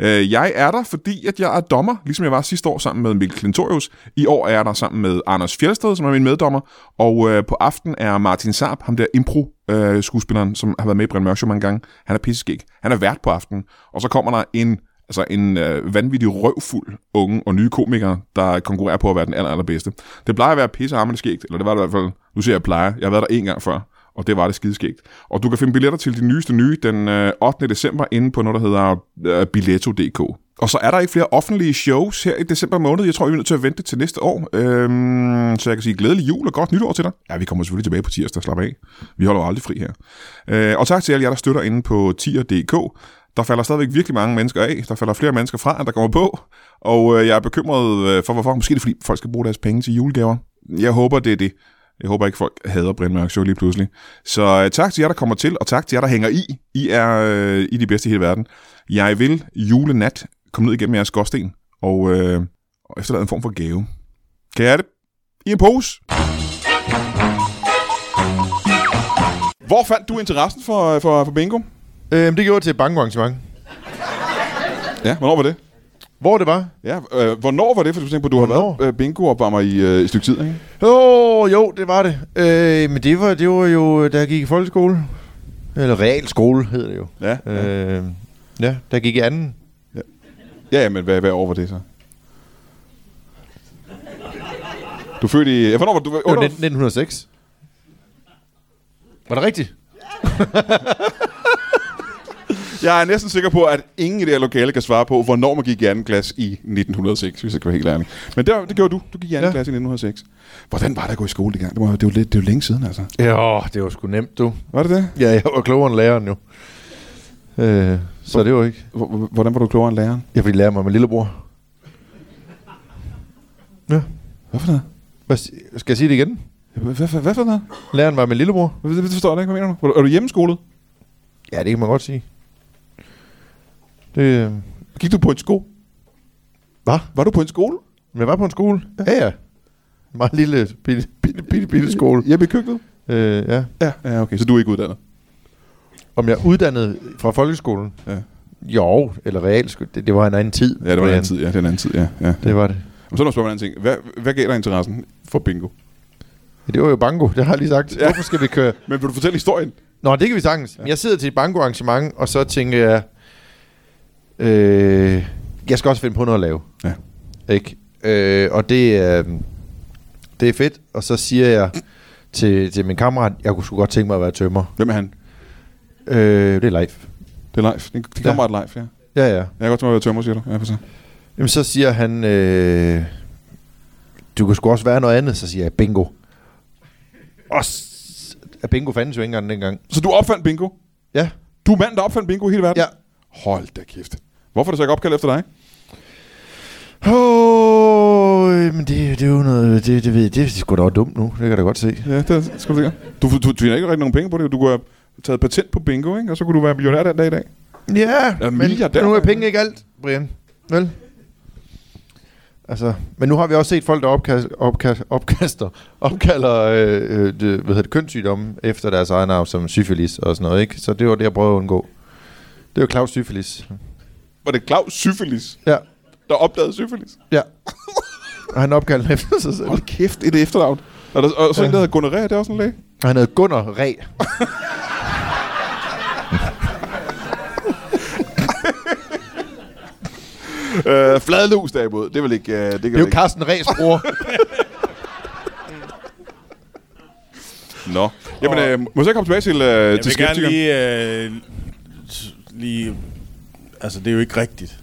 A: Øh, jeg er der, fordi at jeg er dommer, ligesom jeg var sidste år sammen med Mikkel Klintorius. I år er jeg der sammen med Anders Fjeldsted, som er min meddommer. Og øh, på aften er Martin Saab, ham der impro øh, skuespilleren, som har været med i Brian Mørk Show mange gange. Han er pisseskæg. Han er vært på aftenen. Og så kommer der en Altså en øh, vanvittig røvfuld unge og nye komikere, der konkurrerer på at være den aller, allerbedste. Det plejer at være pissehammerende skægt, eller det var det i hvert fald. Nu ser jeg plejer. Jeg har været der en gang før, og det var det skideskægt. Og du kan finde billetter til de nyeste nye den øh, 8. december inde på noget, der hedder øh, billetto.dk. Og så er der ikke flere offentlige shows her i december måned. Jeg tror, vi er nødt til at vente til næste år. Øhm, så jeg kan sige glædelig jul og godt nytår til dig. Ja, vi kommer selvfølgelig tilbage på tirsdag. Slap af. Vi holder jo aldrig fri her. Øh, og tak til alle jer, der støtter inde på tier.dk. Der falder stadigvæk virkelig mange mennesker af. Der falder flere mennesker fra, end der kommer på. Og øh, jeg er bekymret øh, for, hvorfor. Måske er det, fordi folk skal bruge deres penge til julegaver. Jeg håber, det er det. Jeg håber ikke, folk hader Brian Mørk Show lige pludselig. Så øh, tak til jer, der kommer til, og tak til jer, der hænger i. I er øh, I er de bedste i hele verden. Jeg vil julenat komme ned igennem jeres skorsten og, øh, og efterlade en form for gave. Kan jeg have det? I en pose! Hvor fandt du interessen for, øh, for, for bingo?
B: Øhm, det gjorde jeg til et bankoarrangement.
A: Ja, hvornår var det?
B: Hvor det var?
A: Ja, øh, hvornår var det? For du tænkte på, du har
B: Hvornår?
A: været øh, bingo-opvarmer i øh, et stykke tid, ikke?
B: Åh, oh, jo, det var det. Øh, men det var, det var jo, øh, da jeg gik i folkeskole. Eller realskole hedder det jo.
A: Ja.
B: Øh, ja, da jeg gik i anden.
A: Ja, ja, men hvad, hvad år var det så? Du er født i... Ja, hvornår var du...
B: Det var
A: Under,
B: 19- 1906. Var det rigtigt?
A: jeg er næsten sikker på, at ingen i det her lokale kan svare på, hvornår man gik i anden klasse i 1906, hvis jeg kan være helt ærlig. Men det, det gjorde du. Du gik i anden ja.
B: Ja.
A: klasse i 1906. Hvordan var det at gå i skole dengang? Det var, det var, lidt, det var længe siden, altså.
B: Ja, det var sgu nemt, du.
A: Var det det?
B: Ja, jeg var klogere end læreren jo. Øh, så det var ikke...
A: Hvor- hvor- Hvordan var du klogere end læreren?
B: Jeg ville lære mig med lillebror. Ja.
A: Hvad for noget?
B: Hvad, si- skal jeg sige det igen?
A: Hvad, hvad, hvad, hvad for noget?
B: Læreren var med lillebror?
A: Hvad- Det forstår jeg ikke, hvad mener du? Er du- Er du hjemmeskolet?
B: Ja, det kan man godt sige. Det, øh,
A: Gik du på en skole?
B: Hvad?
A: Var du på en skole?
B: men jeg var på en skole. Ja, ja. En meget lille, bitte, bitte, bitte, bitte skole.
A: Hjemme i køkkenet?
B: Øh, ja.
A: Ja. Ja, okay. Så du er ikke uddannet?
B: Om jeg er uddannet fra folkeskolen?
A: Ja.
B: Jo, eller realskole. Det, det var en anden tid.
A: Ja, det var en anden tid. Ja, det er en anden tid, ja. ja.
B: Det var det.
A: Men så er der spørgsmålet en anden ting. Hvad, hvad gav dig interessen for bingo?
B: Ja, det var jo banko, det har jeg lige sagt.
A: Ja.
B: Ja. Hvorfor skal vi køre?
A: Men vil du fortælle historien?
B: Nå, det kan vi sagtens. Ja. Jeg sidder til et banko-arrangement, og så tænker jeg, øh, jeg skal også finde på noget at lave.
A: Ja.
B: Ikke? Øh, og det, øh, det er fedt. Og så siger jeg til, til min kammerat, jeg kunne sgu godt tænke mig at være tømmer.
A: Hvem er han?
B: Øh, det er live.
A: Det er Leif. Det er- Det
B: Ja.
A: kommer ja. Leif, ja.
B: Ja, ja.
A: Jeg kan godt tænke mig at være tømmer, siger du. Ja, for så.
B: Jamen, så siger han, øh, du kan sgu også være noget andet. Så siger jeg, bingo. Og s- bingo fandtes jo ikke engang dengang.
A: så du opfandt bingo?
B: Ja,
A: Du er manden, der opfandt bingo i hele verden?
B: ja.
A: Hold da kæft. Hvorfor er det så ikke opkaldt efter dig?
B: Åh, øh, men det, det er jo noget, det, det ved jeg, det er sgu da også dumt nu, det kan jeg da godt se.
A: Ja, det skal du sikkert. Du, du tjener ikke rigtig nogen penge på det. Du kunne have taget patent på bingo, ikke? Og så kunne du være millionær den dag i dag.
B: Ja,
A: Ja,
B: men
A: milliardær.
B: nu er penge ikke alt, Brian. Vel? Altså, men nu har vi også set folk, der opkast, opkast, opkaster, opkalder øh, øh, det, hvad hedder det, kønssygdomme efter deres egen arv, som syfilis og sådan noget, ikke? Så det var det, jeg prøvede at undgå. Det var Claus Syfilis.
A: Var det Claus Syfilis,
B: Ja,
A: der opdagede syfilis?
B: ja. Og han opkaldte efter sig selv.
A: Hold kæft, et efternavn. Og, der, og så en, der hedder Gonorrhea, det er også en læge.
B: Og han hed Gunnar Ræ.
A: Øh, fladlus derimod, det vil ikke... Øh, det, kan
B: Det er jo Carsten Ræs bror.
A: Nå. Jamen, øh, må jeg så komme tilbage til, øh,
C: Jeg
A: til
C: vil gerne
A: skeptikeren?
C: lige, øh, s- lige... Altså, det er jo ikke rigtigt.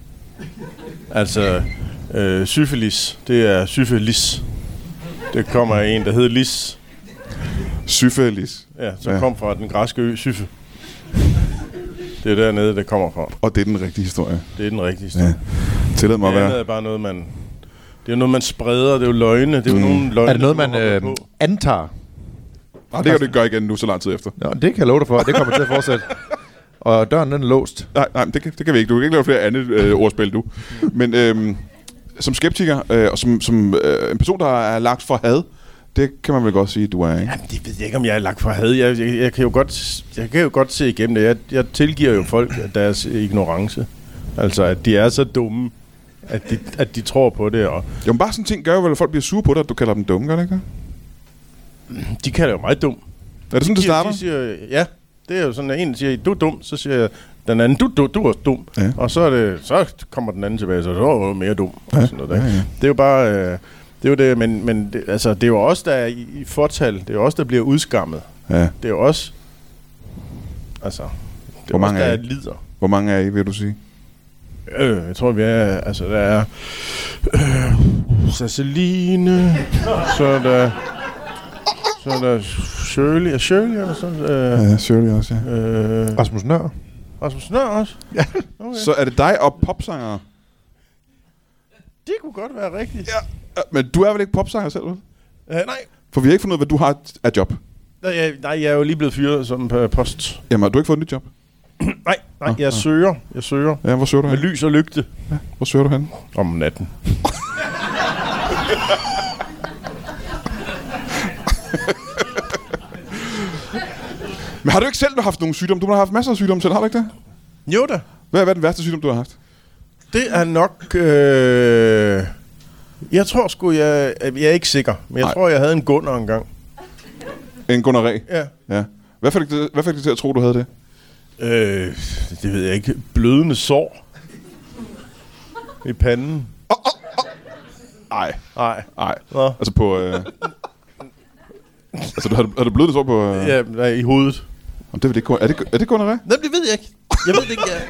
C: Altså, øh, syfilis, det er syfilis. Det kommer af en, der hedder Lis.
A: Syfilis.
C: Ja, som
A: Ja.
C: ja. kom fra den græske ø Syfe. Det er dernede, der kommer fra.
A: Og det er den rigtige historie.
C: Det er den rigtige
A: Ja.
C: historie.
A: Tillad mig
C: Ja.
A: at
C: Det andet
A: være.
C: er bare noget, man... Det er noget, man spreder. Det er jo løgne. Det er jo mm. nogle løgne,
B: Er det noget,
C: der
B: man
C: kommer
B: øh,
C: på.
B: antager?
C: øh,
A: Nej, Ah, det kan du ikke gøre igen nu så lang tid efter.
B: Nå, det kan jeg love dig for. Det kommer til at fortsætte. Og døren, den er låst.
A: Nej, nej, men det kan, det kan vi ikke. Du kan ikke lave flere andet øh, ordspil, du. Men øhm, som skeptiker, øh, og som, som øh, en person, der er lagt for had, det kan man vel godt sige, du er, ikke?
C: Jamen, det ved jeg ikke, om jeg er lagt for had. Jeg, jeg, jeg, kan, jo godt, jeg kan jo godt se igennem det. Jeg, jeg tilgiver jo folk deres ignorance. Altså, at de er så dumme, at de, at de tror på det. Og
A: Jo, men bare sådan en ting gør jo, vel, at folk bliver sure på dig, at du kalder dem dumme, gør det ikke?
C: de kalder jo mig dum.
A: Er det sådan, det starter?
C: De siger, ja, det er jo sådan, at en siger, du er dum, så siger jeg, den anden, du, du, du er også dum.
A: Ja.
C: Ja. Og så, er det, så kommer den anden tilbage, så du er jo mere dum. Ja. Og sådan noget, der.
A: Ja, ja.
C: Det er jo bare... Øh, det er jo det, men, men det, altså, det er jo os, der er i, i fortal. Det er jo os, der bliver udskammet.
A: Ja.
C: Det er jo os, altså, det
A: Hvor
C: er
A: mange
C: os, der
A: er I?
C: er lider.
A: Hvor mange er I, vil du sige?
C: Øh, jeg tror, vi er... Altså, der er... Øh, Ceciline... så er der... Så er der Shirley... Er Shirley eller sådan... Øh,
A: Ja, Shirley også, ja.
C: øh,
B: Rasmus Nør.
C: Rasmus Snør også?
A: Så er det dig og popsangere?
C: Det kunne godt være rigtigt.
A: Ja. Men du er vel ikke popsanger selv, vel?
C: Ja. Øh, nej.
A: For vi har ikke fundet ud af, hvad du har af job.
C: Nej, jeg, nej, jeg er jo lige blevet fyret som øh, post.
A: Jamen, har du ikke fået et nyt job?
C: Nej, nej, jeg søger. Jeg søger.
A: Ja, hvor søger du
C: Med
A: hen?
C: lys og lygte.
A: Hvor søger du hen?
C: Om natten.
A: Men har du ikke selv haft nogen sygdomme? Du har haft masser af sygdomme selv, har du ikke det?
C: Jo da.
A: Hvad hvad er den værste sygdom, du har haft?
C: Det er nok... Øh, jeg tror sgu, jeg... øh, Jeg er ikke sikker. Men jeg
A: Nej.
C: nej. tror, jeg havde en gunner engang.
A: En gonoré.
C: Ja.
A: Ja. Hvad fik, det, hvad fik det til at tro, du havde det?
C: Øh, det ved jeg ikke. Blødende sår. I panden.
A: Nej,
C: Nej.
A: nej.
C: Nå.
A: Altså på... Øh... altså, du havde, havde du blødt det så på... Øh...
C: Ja, nej, i hovedet.
A: Jamen, det er, vel ikke, gon- er, det, er det gonoré?
C: Nej, det ved jeg ikke. Jeg ved det ikke. Jeg,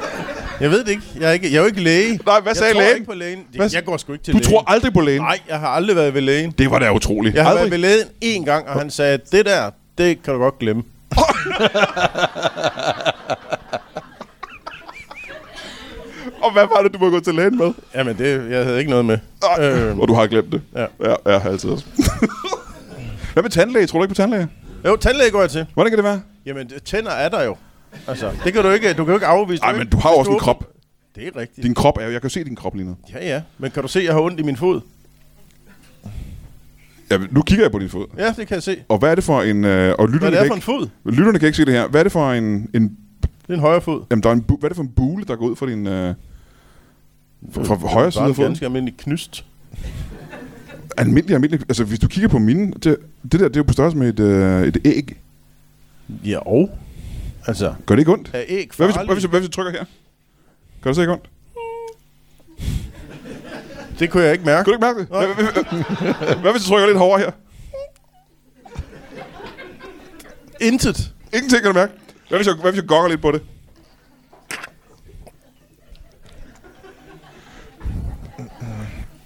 C: jeg ved det ikke. Jeg er, ikke, jeg er jo ikke læge.
A: Nej, hvad
C: jeg
A: sagde
C: tror
A: lægen?
C: Ikke på lægen.
A: Hvad-
C: Det, jeg går sgu ikke til
A: Du
C: lægen.
A: tror aldrig på lægen.
C: Nej, jeg har aldrig været ved lægen.
A: Det var da utroligt.
C: Jeg har
A: aldrig.
C: været ved lægen én gang, og han sagde, det der, det kan du godt glemme.
A: Og hvad var det, du var gået til lægen med?
C: Jamen, det, jeg havde ikke noget med.
A: Øh. Og du har glemt det.
C: Øhm. Ja.
A: Ja, ja altid også. hvad med tandlæge? Tror du ikke på tandlæge?
C: Jo, tandlæge går jeg til.
A: Hvordan kan det være?
C: Jamen, tænder er der jo. Altså, det kan du ikke, du kan jo ikke afvise.
A: Nej,
C: kan
A: men
C: ikke-
A: du har jo
C: hvis
A: også en
C: åbner-
A: krop.
C: Det er rigtigt.
A: Din krop er jo... Jeg kan jo se din krop lige nu.
C: Ja, ja. Men kan du se, jeg har ondt i min fod?
A: Ja, nu kigger jeg på din fod.
C: Ja, det kan jeg se.
A: Og hvad er det for en... Øh, og lytterne,
C: Hvad det
A: kan
C: er for en
A: ikke,
C: fod?
A: lytterne kan ikke se det her. Hvad er det for en... en
C: Det er en højre fod.
A: jamen, der er en bu, hvad er det for en bule, der går ud fra din... Øh, fra, fra højre side
C: Bare en
A: af foden?
C: ganske almindelig knyst.
A: Almindelig, almindelig... Altså, hvis du kigger på mine... Det, det der, det er jo på størrelse med et, øh, et æg.
C: Ja, og? Altså,
A: Gør det ikke ondt?
C: er æg
A: Hvad hvis,
C: farlige?
A: hvad, hvis, hvad hvis jeg trykker her? Gør det så ikke ondt?
C: Det kunne jeg ikke
A: Kan
C: mærke.
A: du ikke mærke det? Hvad, hvad, hvad, hvad hvis jeg trykker lidt hårdere her?
C: Intet.
A: Ingenting kan du mærke. Hvad hvis jeg, hvad hvis jeg gokker lidt på det?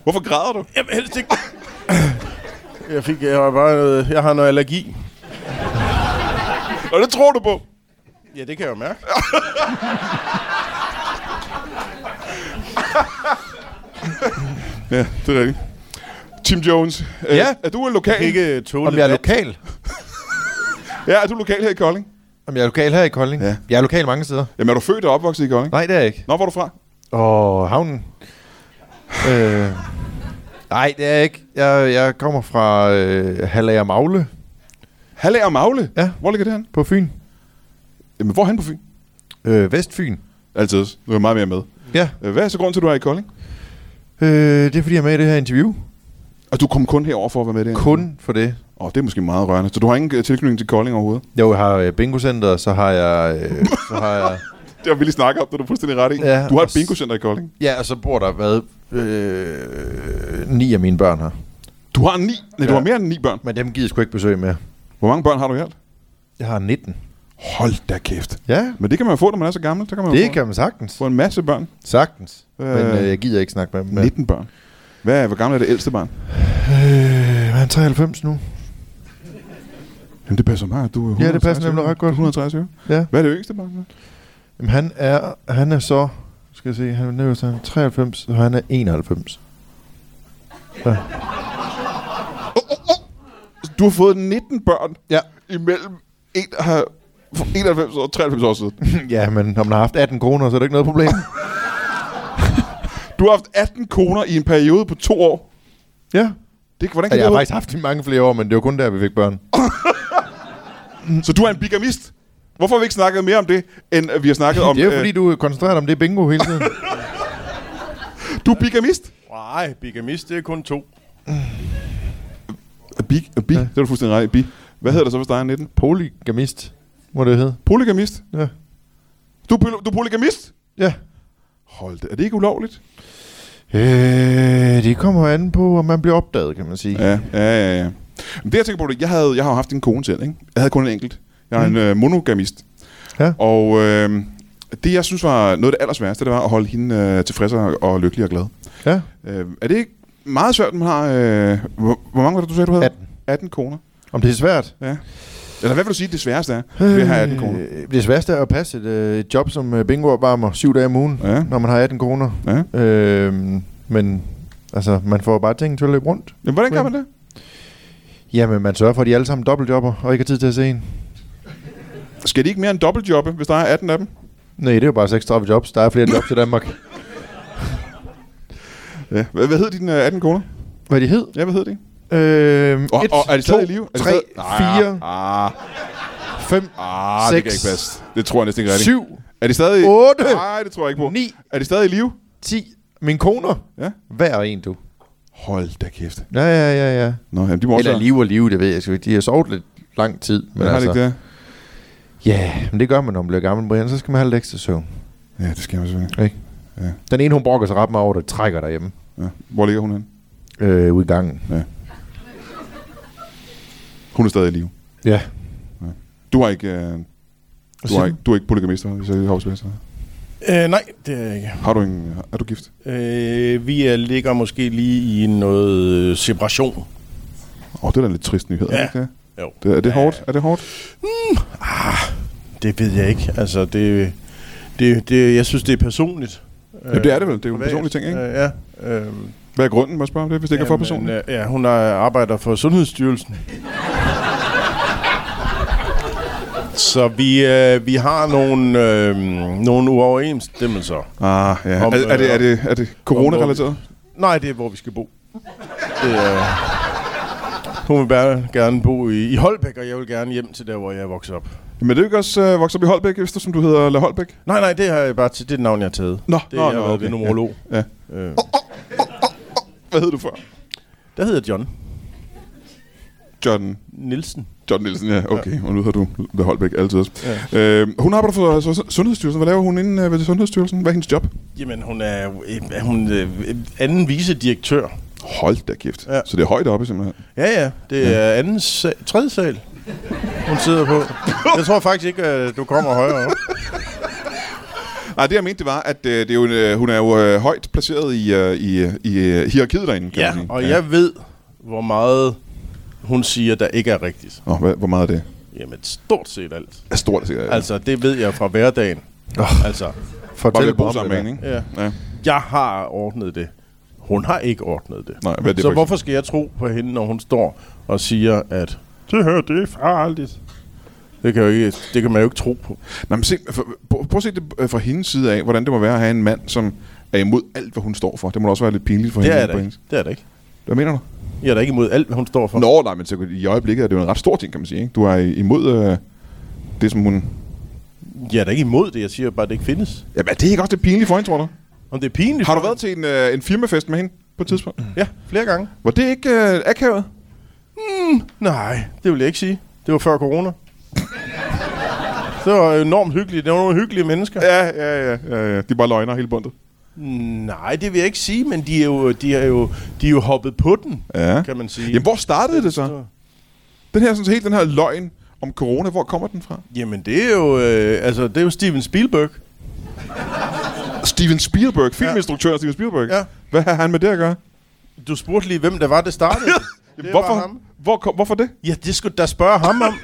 A: Hvorfor græder du?
C: Jamen, helst ikke. Jeg, fik, jeg, har bare noget, jeg har noget allergi.
A: Og det tror du på.
C: Ja, det kan jeg jo mærke.
A: Ja, det er rigtigt. Tim Jones, øh,
B: Ja.
A: er du lokal?
C: Ikke øh, tåle
B: Om jeg er
C: vand.
B: lokal?
A: Ja, er du lokal her i Kolding?
B: Om jeg er lokal her i Kolding?
A: Ja.
B: Jeg er lokal mange steder.
A: Jamen, er du født og opvokset i Kolding?
B: Nej, det er jeg ikke.
A: Nå, hvor er du fra?
B: Og havnen. øh, nej, det er jeg ikke. Jeg, jeg kommer fra øh, Hallager Magle
A: Hallager Magle?
B: Ja.
A: Hvor ligger det hen?
B: på Fyn.
A: Jamen, hvor hen på Fyn?
B: Øh, Vestfyn.
A: Altid. Du er meget mere med.
B: Ja.
A: Øh, Hvad er så grunden til, at du er i Kolding?
B: Øh, det er fordi, jeg er med i det her interview.
A: Og du kom kun herover for at være med i det her?
B: Kun for det.
A: Åh, oh, det er måske meget rørende. Så du har ingen øh, tilknytning til Kolding overhovedet?
B: Jo, jeg har øh, bingocenter, og så har jeg... Øh, så har jeg
A: Det har vi lige snakket om, det er du fuldstændig ret i.
B: Ja,
A: du har et
B: og s-
A: bingocenter i Kolding.
B: ja, og så bor der hvad, øh, ni af mine børn her.
A: Du har ni. Nej, ja. du
B: Ja.
A: har mere end ni børn.
B: Men dem gider jeg sgu ikke besøge mere.
A: Hvor mange børn har du i alt?
B: Jeg har 19.
A: Hold da kæft.
B: Ja,
A: Men det kan man jo få, når man er så gammel. Der kan man jo
B: det
A: få,
B: kan man sagtens.
A: få en masse børn.
B: Sagtens. Øh, Men
A: Øh.
B: øh, jeg gider ikke snakke med dem.
A: Ja.
B: mere.
A: 19 børn. Hvad, hvor gammel er det ældste barn?
B: Øh, han er 93 nu.
A: Jamen, det passer meget. Du er
B: Ja, det passer
A: 130.
B: nemlig ret godt.
A: 130.
B: Ja.
A: Hvad er det yngste barn?
B: Jamen, han er, han er så... Skal jeg se, han er, nervøs, han er 93, og han er 91.
A: Du har fået 19 børn
B: Ja.
A: imellem en- har- for 91 og 93 år siden.
B: ja, men når man har haft 18 kroner, så er det ikke noget problem.
A: Du har haft 18 koner i en periode på to år.
B: ja.
A: Det, hvordan kan
B: Og jeg
A: det
B: har
A: være?
B: faktisk haft det i mange flere år, men det var kun der, vi fik børn.
A: Så du er en bigamist. Hvorfor har vi ikke snakket mere om det, end at vi har snakket om...
B: Det er jo
A: øh,
B: fordi, du koncentrerer dig om det bingo hele tiden.
A: Du er bigamist.
C: Nej, bigamist, det er kun to.
A: Bi, bi. Ja. det er du fuldstændig ret i. Bi. Hvad hedder det så, hvis der er 19?
B: Polygamist, må det hedde.
A: Polygamist.
B: Ja.
A: Du, er poly- du er polygamist?
B: Ja.
A: Hold det. Er det ikke ulovligt?
B: Øh, det kommer an på, om man bliver opdaget, kan man sige.
A: Ja, ja, ja. ja. Men det, jeg tænker på, det, er, jeg, havde, jeg har jo haft en kone selv, ikke? Jeg havde kun en enkelt. Jeg er mm. en øh, monogamist.
B: Ja.
A: Og øh, det, jeg synes var noget af det allersværeste, det var at holde hende øh, tilfreds og, og lykkelig og glad.
B: ja.
A: Øh, er det ikke meget svært, at man har... Øh, hvor, hvor mange var det, du sagde, du havde?
B: 18.
A: 18 koner.
B: Om det er svært.
A: Ja. Eller hvad vil du sige, det sværeste er ved at have 18 koner?
B: Øh, det sværeste er at passe et, øh, et job som øh, bingoopvarmer syv dage om ugen,
A: Ja.
B: når man har 18 kroner. Øhm,
A: ja.
B: Øh, men altså, man får bare tingene til at løbe rundt.
A: Jamen, hvordan gør man det?
B: Jamen, man sørger for, at de alle sammen dobbeltjobber, og ikke har tid til at se en.
A: Skal de ikke mere end dobbeltjobbe, hvis der er 18 af dem?
B: Nej, det er jo bare 36 jobs. Der er flere jobs i Danmark.
A: Ja. Hvad, hvad hed dine øh, 18 kroner?
B: Hvad de hed?
A: Ja, hvad hed de?
B: Øhm,
A: Og,
B: et,
A: og er de stadig
B: to,
A: i live? Er de
B: tre,
A: stadig- Nej,
B: fire,
A: Ah,
B: fem,
A: ah det kan
B: Seks.
A: ikke passe. Det tror jeg næsten ikke rigtigt.
B: syv,
A: Er de stadig...
B: Otte.
A: Nej, det tror jeg ikke på.
B: ni,
A: Er de stadig i live?
B: ti. Min koner.
A: Ja.
B: Hver en, du.
A: Hold da kæft.
B: Ja, ja, ja, ja.
A: Nå, jamen, de må også...
B: Eller live og live, det ved jeg sgu ikke. De har sovet lidt lang tid. Men
A: Men har de
B: altså,
A: ikke det?
B: Ja, men det gør man, når man bliver gammel, Brian. Så skal man have lidt ekstra søvn.
A: Ja, det skal man selvfølgelig.
B: Den ene, hun brokker sig ret meget over, det trækker derhjemme.
A: Ja. Hvor ligger hun hen?
B: Øh, ude i gangen.
A: Hun er stadig i live.
B: Ja.
A: Du har ikke... Øh, du, har
B: siger
A: ikke du er ikke polygamist, eller så er det hovedspiller.
C: Øh, nej, det er jeg ikke.
A: Har du en... Er du gift?
C: Øh, vi er, ligger måske lige i noget øh, separation.
A: Åh, oh, det er da en lidt trist nyhed,
C: Ja.
A: er det ikke det?
C: Jo.
A: Det, er det hårdt? Er det hårdt?
C: Det ved jeg ikke. Altså, det, det, det, jeg synes, det er personligt.
A: Ja, det er det vel. Det er jo en personlig ting, ikke?
C: Øh, ja. Øhm,
A: Hvad er grunden, må jeg spørge om det, hvis det ikke er for
C: jamen,
A: personligt?
C: øh, Ja, hun er, arbejder for Sundhedsstyrelsen. Så vi, øh, vi har nogle, øh, nogle uoverensstemmelser.
B: øh,
A: Ah, ja.
C: Om,
A: er, er, det, er, det, er det corona-relateret?
C: Nej, det er, hvor vi skal bo. Det er, hun vil bare gerne bo i, i Holbæk, og jeg vil gerne hjem til der, hvor jeg er vokset op.
A: Men det er jo ikke også uh, vokset op i Holbæk, hvis du, som du hedder La Holbæk?
C: Nej, nej, det har jeg bare til. Det er det navn, jeg har taget.
A: Nå,
C: Det
A: nå,
C: har
A: nå,
C: jeg været
A: okay.
C: ved numerolog.
A: Ja.
C: Øh,
A: Hvad hed du før?
C: der hedder John
A: John.
C: Nielsen.
A: John Nielsen, ja, okay. Og nu hedder du La Holbæk altid også.
C: Ja.
A: Øh, hun arbejder for altså, Sundhedsstyrelsen. Hvad laver hun inden øh, ved Sundhedsstyrelsen? Hvad er hendes job?
C: Jamen, hun er, øh, er hun øh, anden vicedirektør.
A: Hold da kæft. Ja.
C: Ja.
A: Så det er højt oppe, simpelthen.
C: Ja, ja. Det er anden sal, tredje sal, hun sidder på. Jeg tror faktisk ikke, at du kommer højere op.
A: Nej, det jeg mente, det var, at øh, det er jo, en, øh, hun er jo øh, højt placeret i, øh, i, øh, i øh, hierarkiet derinde, kan
C: Ja,
A: man sige.
C: og jeg ved, hvor meget hun siger, der ikke er rigtigt.
A: Nå, hvad, hvor meget er det?
C: Jamen, stort set alt.
A: Er stort, sikkert. Altså,
C: Altså, det ved jeg fra hverdagen. Oh. Altså,
A: Bare
B: Fortæl
A: ved at
B: mig
A: bruge
B: om
A: sammen
B: det
A: med
B: der.
A: hende, ikke?
C: ja.
A: Ja.
C: Jeg har ordnet det. Hun har ikke ordnet det.
A: Nej, hvad er det
C: Så
A: for
C: hvorfor skal jeg tro på hende, når hun står og siger, at det her, det er farligt? Det kan, jo ikke, det kan man jo ikke tro på.
A: Nå, men se, for, prøv prøv at se det øh, fra hendes side af, hvordan det må være at have en mand, som er imod alt, hvad hun står for. Det må da også være lidt pinligt for
C: Det
A: hende.
C: er
A: på
C: det ikke.
A: hendes-
C: Det er det ikke.
A: Hvad mener du?
C: Jeg er da ikke imod alt, hvad hun står for.
A: Nå, nej, men så, i øjeblikket er det jo en ret stor ting, kan man sige. Ikke? Du er imod øh, det, som hun...
C: Jeg er da ikke imod det. Jeg siger bare, at det ikke findes.
A: Jamen, er det ikke også lidt pinligt for hende, tror du?
C: Om det er pinligt.
A: Har du været til en, øh, en firmafest med hende på et tidspunkt?
C: Ja, flere gange.
A: Var det ikke øh, akavet?
C: Nej, det vil jeg ikke sige. Det var før corona. det var enormt hyggeligt. Det var nogle hyggelige mennesker.
A: Ja, ja, ja. ja, ja. De er bare løgner hele bundet.
C: Nej, det vil jeg ikke sige, men de er jo, de er jo, de er jo hoppet på den,
A: Ja.
C: kan man sige.
A: Jamen, hvor startede det så? Den her, sådan, helt den her løgn om corona, hvor kommer den fra?
C: Jamen, det er jo, øh, altså, det er jo Steven Spielberg.
A: Steven Spielberg, filminstruktøren Steven Spielberg.
C: Ja.
A: Hvad har han med det at gøre?
C: Du spurgte lige, hvem der var, det startede. det
A: Hvorfor,
C: Var ham.
A: Hvor kom, hvorfor det?
C: Ja, det skulle da spørge ham om.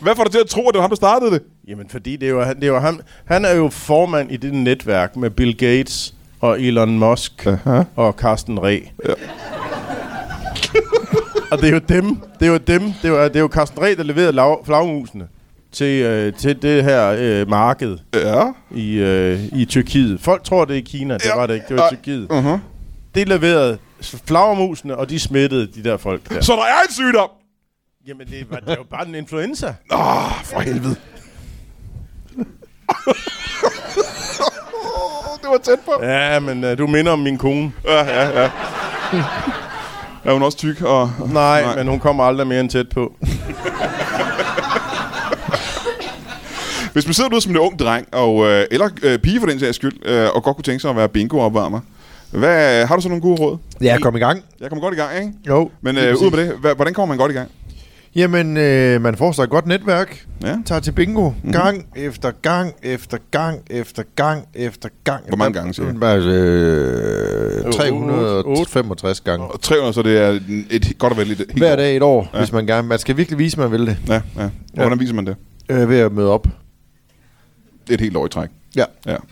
A: Hvad får dig til at tro, at det var ham, der startede det?
C: Jamen, fordi det er jo, han- det er jo ham. Han er jo formand i det netværk med Bill Gates og Elon Musk
A: Aha.
C: og Carsten Ræ. Ja. og det er jo dem, det er jo dem, det er jo, det er jo Carsten Ræ, der leverede lav, flagmusene til, øh, til det her øh, marked
A: Ja.
C: i, øh, i Tyrkiet. Folk tror, det er i Kina, det
A: Ja.
C: var det ikke, det var i
A: Ej.
C: Tyrkiet.
A: Uh-huh.
C: Det leverede flagermusene, og de smittede de der folk der.
A: Så der er en sygdom!
C: Jamen, det var, det var bare en influenza.
A: Åh, for helvede. det var tæt på.
C: Ja, men uh, du minder om min kone.
A: Ja, ja, ja. Er hun også tyk? Og...
C: Nej,
A: Nej.
C: Nej, men hun kommer aldrig mere end tæt på.
A: Hvis man sidder derude som en ung dreng, og, øh, eller øh, pige for den sags skyld, øh, og godt kunne tænke sig at være bingo-opvarmer, hvad, har du så nogle gode råd?
B: Ja, kom i gang.
A: Jeg kommer godt i gang, ikke?
B: Jo.
A: Men
B: lige
A: øh, ud
B: præcis.
A: med det, hva- hvordan kommer man godt i gang?
B: Jamen, øh, man får sig et godt netværk.
A: Ja. Mhm.
B: Tager til bingo. Gang efter gang efter gang efter gang efter gang.
A: Hvor mange gange, siger du?
B: Bare, øh, 365 gange.
A: Og 300, så det er en- et godt og vel et helt
B: Hver
A: år.
B: dag et år, ja. hvis man gerne... Man skal virkelig vise, at man vil det.
A: Ja, ja. Og hvordan viser man det?
B: Øh, ved at møde op.
A: Et helt år i træk.
B: Ja.
A: Ja. Og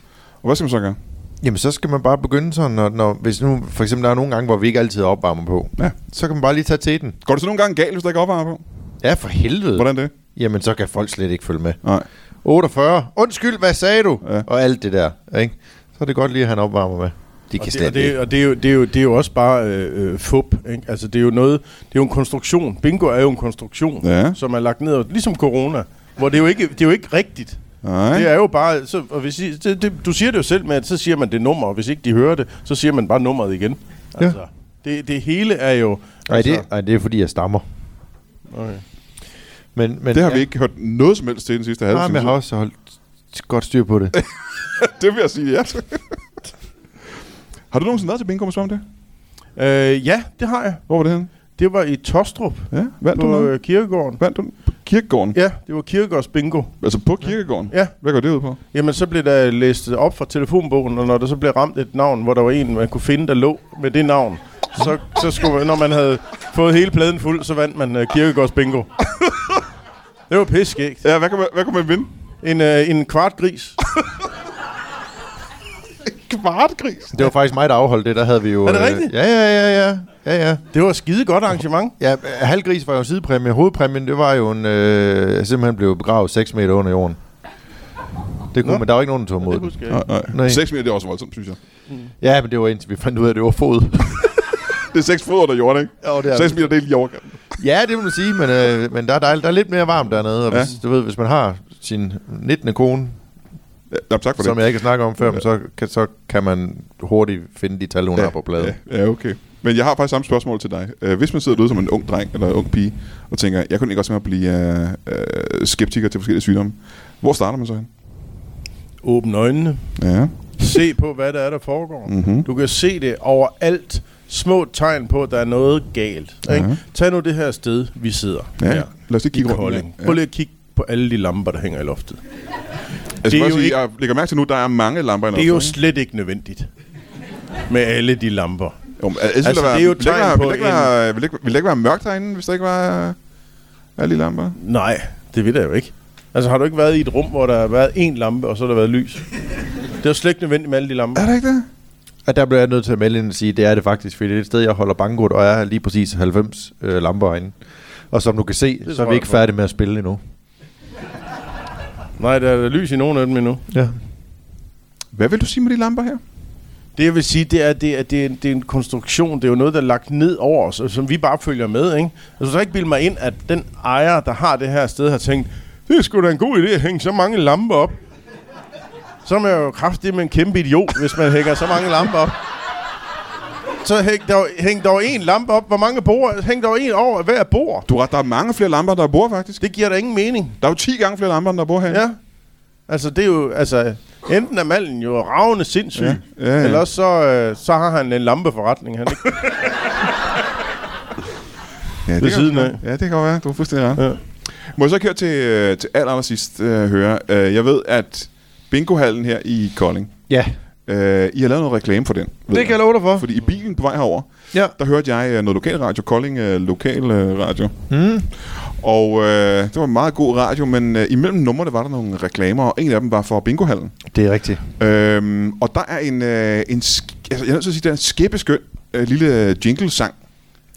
A: hvad skal man så gøre?
B: Jamen, så skal man bare begynde sådan, når, når, hvis nu for eksempel der er nogle gange, hvor vi ikke altid har opvarmer på,
A: Ja.
B: så kan man bare lige tage til den.
A: Går det så nogle gange galt, hvis der ikke er opvarmer på?
B: Ja, for helvede.
A: Hvordan det?
B: Jamen, så kan folk slet ikke følge med.
A: Nej.
B: 48. Undskyld, hvad sagde du?
A: Ja.
B: Ja. Og alt det der, ikke? Så er det godt lige, at han opvarmer med. De kan
C: Og det,
B: slet
C: og, det,
B: ikke.
C: og det, er jo, det, er jo, det er jo også bare øh, øh, fup. Ikke? Altså, det er jo noget, det er jo en konstruktion. Bingo er jo en konstruktion,
A: Ja.
C: som er lagt ned, og- ligesom corona, hvor det er jo ikke, det er jo ikke rigtigt.
A: Nej.
C: Det er jo bare, så, og hvis I, det, det, du siger det jo selv med, at så siger man det nummer, og hvis ikke de hører det, så siger man bare nummeret igen.
B: Ja.
C: Altså, det, det hele er jo...
B: Ej,
C: altså,
B: det, ej, det er fordi, jeg stammer.
C: Okay.
B: Men, men,
A: Det har
B: ja.
A: vi ikke hørt noget som helst til den sidste halve
B: Nej, men
A: time.
B: jeg har også holdt godt styr på det.
A: Det vil jeg sige, ja. har du nogensinde været til bingo med om det?
C: Øh, ja, det har jeg.
A: Hvor var det henne?
C: Det var i Tostrup
A: Ja, vandt du
C: på
A: noget?
C: øh, kirkegården.
A: Vandt du på kirkegården?
C: Ja, det var kirkegårds bingo.
A: Altså på kirkegården?
C: Ja.
A: Hvad går det ud på?
C: Jamen, så blev der læst op fra telefonbogen, og når der så blev ramt et navn, hvor der var en, man kunne finde, der lå med det navn, så, så skulle, når man havde fået hele pladen fuld, så vandt man uh, Kirkegårds bingo. Det var pissegægt.
A: Ja, hvad kan man, hvad kan man vinde?
C: En, uh, en kvart gris.
A: Kvartgris.
B: Det var faktisk mig, der afholdt det. Der havde vi jo...
C: Er det
B: øh,
C: rigtigt?
B: Ja, ja, ja, ja. Ja, ja.
C: Det var et skide godt arrangement.
B: Ja, halvgris var jo en sidepræmie. Hovedpræmien, det var jo en... Øh, simpelthen blev begravet 6 meter under jorden. Det kunne
C: Nå.
B: man, der var ikke nogen, der tog imod
C: Det
B: det.
C: husker jeg
A: Nej,
C: ikke.
A: nej.
B: Nej.
A: 6 meter, det er også voldsomt, synes jeg.
B: Ja, men det var indtil vi fandt ud af, at det var fod.
A: Det er 6 fod under jorden, ikke?
B: Jo, det er
A: 6 meter, det er lige i overkanten.
B: ja, det må man sige, men, øh, men der, er dejligt, der er lidt mere varmt dernede. Og
A: Ja.
B: ja. hvis, du ved, hvis man har sin 19. kone,
A: Ja, jamen, tak for
B: som
A: det.
B: jeg ikke har snakket om før, men så, kan, så kan man hurtigt finde de tal, hun
A: Ja,
B: har på pladen. Ja.
A: Ja, ja, okay. Men jeg har faktisk samme spørgsmål til dig. Øh, Hvis man sidder derude som en ung dreng eller en ung pige, og tænker, jeg kunne ikke også at blive øh, øh, skeptiker til forskellige sygdomme, hvor starter man så hen?
C: Åbn øjnene.
A: Ja.
C: Se på, hvad der er, der foregår.
A: Mhm.
C: Du kan se det overalt. Små tegn på, at der er noget galt. Ikke?
A: Ja.
C: Tag nu det her sted, vi sidder.
A: Mhm. Ja,
C: her
A: lad os lige
C: i
A: kigge rundt.
C: Kolding.
A: Ja. Altså,
C: Prøv lige at kigge på alle de lamper, der hænger i loftet.
A: Jeg, skal
C: Det er
A: bare
C: jo
A: sige,
C: ikke-
A: jeg lægger mærke til nu, at der er mange lamper i
C: Det er jo
A: loftet,
C: slet ikke nødvendigt med alle de lamper.
A: ikke? Jo, men, altså, altså, det er jo et
C: tegn
A: tegn
C: på
A: Ville det ikke være- ville det ikke- ville det ikke være mørkt derinde, hvis der ikke var øh, alle de lamper?
C: Nej, det ved jeg jo ikke. Altså har du ikke været i et rum, hvor der har været én lampe, og så har der været lys? Det er jo slet ikke nødvendigt med alle de lamper.
A: Er det ikke det?
B: Og der bliver jeg nødt til at melde ind og sige, det er det faktisk, fordi det er et sted, jeg holder banko, og jeg har lige præcis 90 øh, lamper herinde. Og som du kan se, så
C: tror
B: er vi
C: jeg
B: ikke
C: på.
B: færdige med at spille endnu.
C: Nej, der er lys i nogen af dem endnu.
B: Ja.
A: Hvad vil du sige med de lamper her?
C: Det jeg vil sige, det er, det er, det er, en, det er en konstruktion. Det er jo noget, der er lagt ned over os, og som vi bare følger med. Ikke? Altså, så ikke bilde mig ind, at den ejer, der har det her sted, har tænkt, det er sgu da en god idé at hænge så mange lamper op. Så er man jo kraftig med en kæmpe idiot, hvis man hænger så mange lamper op. Så hæng dog, hæng dog en lampe op. Hvor mange bor? Hæng dog en over hver bor.
A: Du har ret, der er mange flere lamper, der bor faktisk.
C: Det giver da ingen mening.
A: Der er jo 10 gange flere lamper, end der bor her.
C: Ja. Altså, det er jo... Altså, enten er manden jo ravende sindssyg,
A: Ja,
C: ja.
A: ja, ja.
C: eller også så, øh, så har han en lampeforretning, han ikke
A: ja det
C: ved
A: kan
C: siden
A: godt være. Ja, det kan godt være. Du er fuldstændig ret.
C: Ja.
A: Må jeg så ikke høre til, øh, til aller, aller sidst øh, høre? Øh, jeg ved, at bingohallen her i Kolding,
B: Ja.
A: øh, I har lavet noget reklame for den. ved
B: Det kan jeg love dig for.
A: Fordi i bilen på vej herover,
B: Ja.
A: der hørte jeg øh, noget lokalradio, Kolding øh, Lokalradio.
B: Mm.
A: Og øh, det var en meget god radio, men øh, imellem numrene var der nogle reklamer, og en af dem var for bingohallen.
B: Det er rigtigt.
A: Øhm, og der er en, øh, en sk- altså, jeg er nødt til at sige, der er en skæbeskøn øh, lille jingle-sang,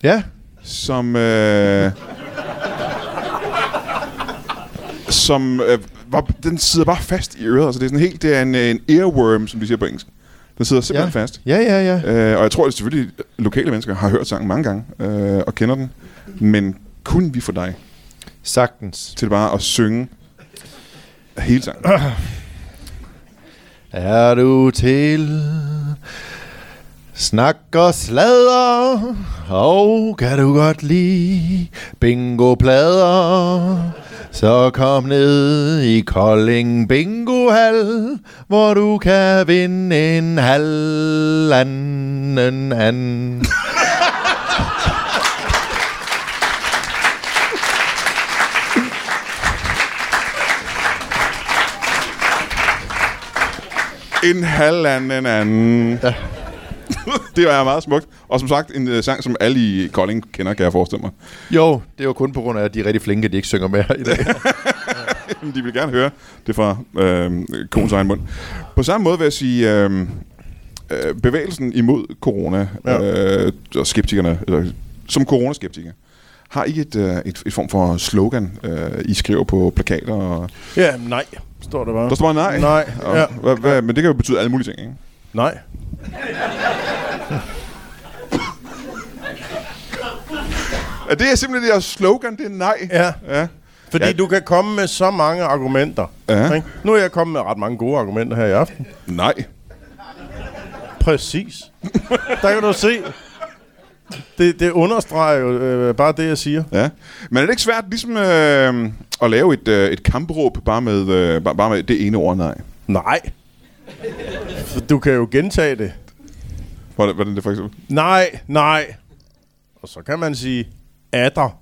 B: Ja.
A: som, øh, som øh, var, den sidder bare fast i øret. Altså, det er sådan helt, det er en, øh, en earworm, som de siger på engelsk. Den sidder
B: Ja.
A: simpelthen ja. fast.
B: Ja, ja, ja.
A: Øh, og jeg tror, at selvfølgelig lokale mennesker har hørt sangen mange gange øh, og kender den. Men kunne vi få dig
B: Sagtens.
A: til bare at synge hele sangen?
B: Er du til snak og sladder? Og kan du godt lide bingoplader? Så kom ned i Kolding Bingohal, hvor du kan vinde en halvanden anden.
A: En halvanden anden. Ja. det var meget smukt. Og som sagt, en øh, sang, som alle i Kolding kender, kan jeg forestille mig.
B: Jo, det er jo kun på grund af, at de er rigtig flinke, at de ikke synger med i dag.
A: Jamen, De vil gerne høre det fra øh, konens egen mund. På samme måde vil jeg sige, øh, øh, bevægelsen imod corona ja. øh, og skeptikerne, eller, som coronaskeptikere, har I et, øh, et, et form for slogan, øh, I skriver på plakater? Og,
C: Ja, nej, står der bare.
A: der står bare nej.
C: Nej,
A: Og,
C: ja.
A: hva, hva, men det kan jo betyde alle mulige ting, ikke?
C: Nej.
A: Er det er simpelthen deres slogan, det er nej.
C: Ja.
A: ja.
C: Fordi
A: Ja.
C: ja. du kan komme med så mange argumenter.
A: Ja.
C: Ikke? Nu er jeg kommet med ret mange gode argumenter her i aften.
A: Nej.
C: Præcis. Der kan du se. Det, det understreger jo øh, bare det, jeg siger.
A: Ja. Men er det ikke svært ligesom øh, at lave et, øh, et kampråb bare med, øh, bare, bare med det ene ord nej?
C: Nej. Du kan jo gentage det.
A: Hvordan, hvordan det for eksempel?
C: Nej, nej. Og så kan man sige, atter.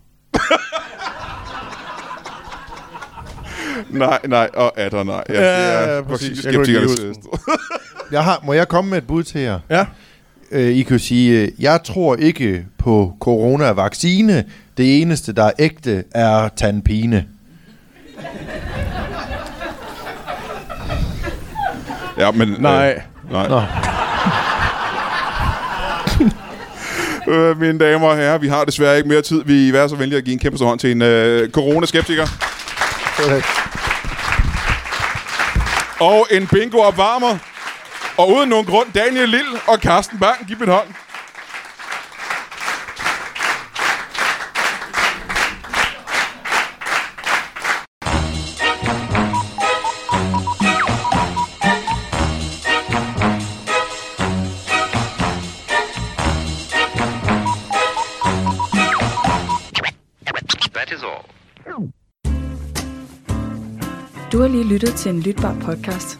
A: Nej, nej, og er der nej. Ja,
C: Ja, ja, præcis. Jeg kunne ikke
A: skeptikernes,
C: lige huske
A: øh,
B: Jeg har, må jeg komme med et bud til jer?
C: Ja.
B: Øh, I kan jo sige, øh, jeg tror ikke på coronavaccine. Det eneste, der er ægte, er tandpine.
A: ja, men... øh,
C: Nej.
A: nej.
B: Nå.
A: Øh, mine damer og herrer, vi har desværre ikke mere tid. Vi er så venlige at give en kæmpe stor hånd til en øh, coronaskeptiker. Og en bingo-opvarmer. Og uden nogen grund, Daniel Lille og Carsten Bang. Giv dem en hånd.
D: That is all.
E: Du har lige lyttet til en lytbar podcast.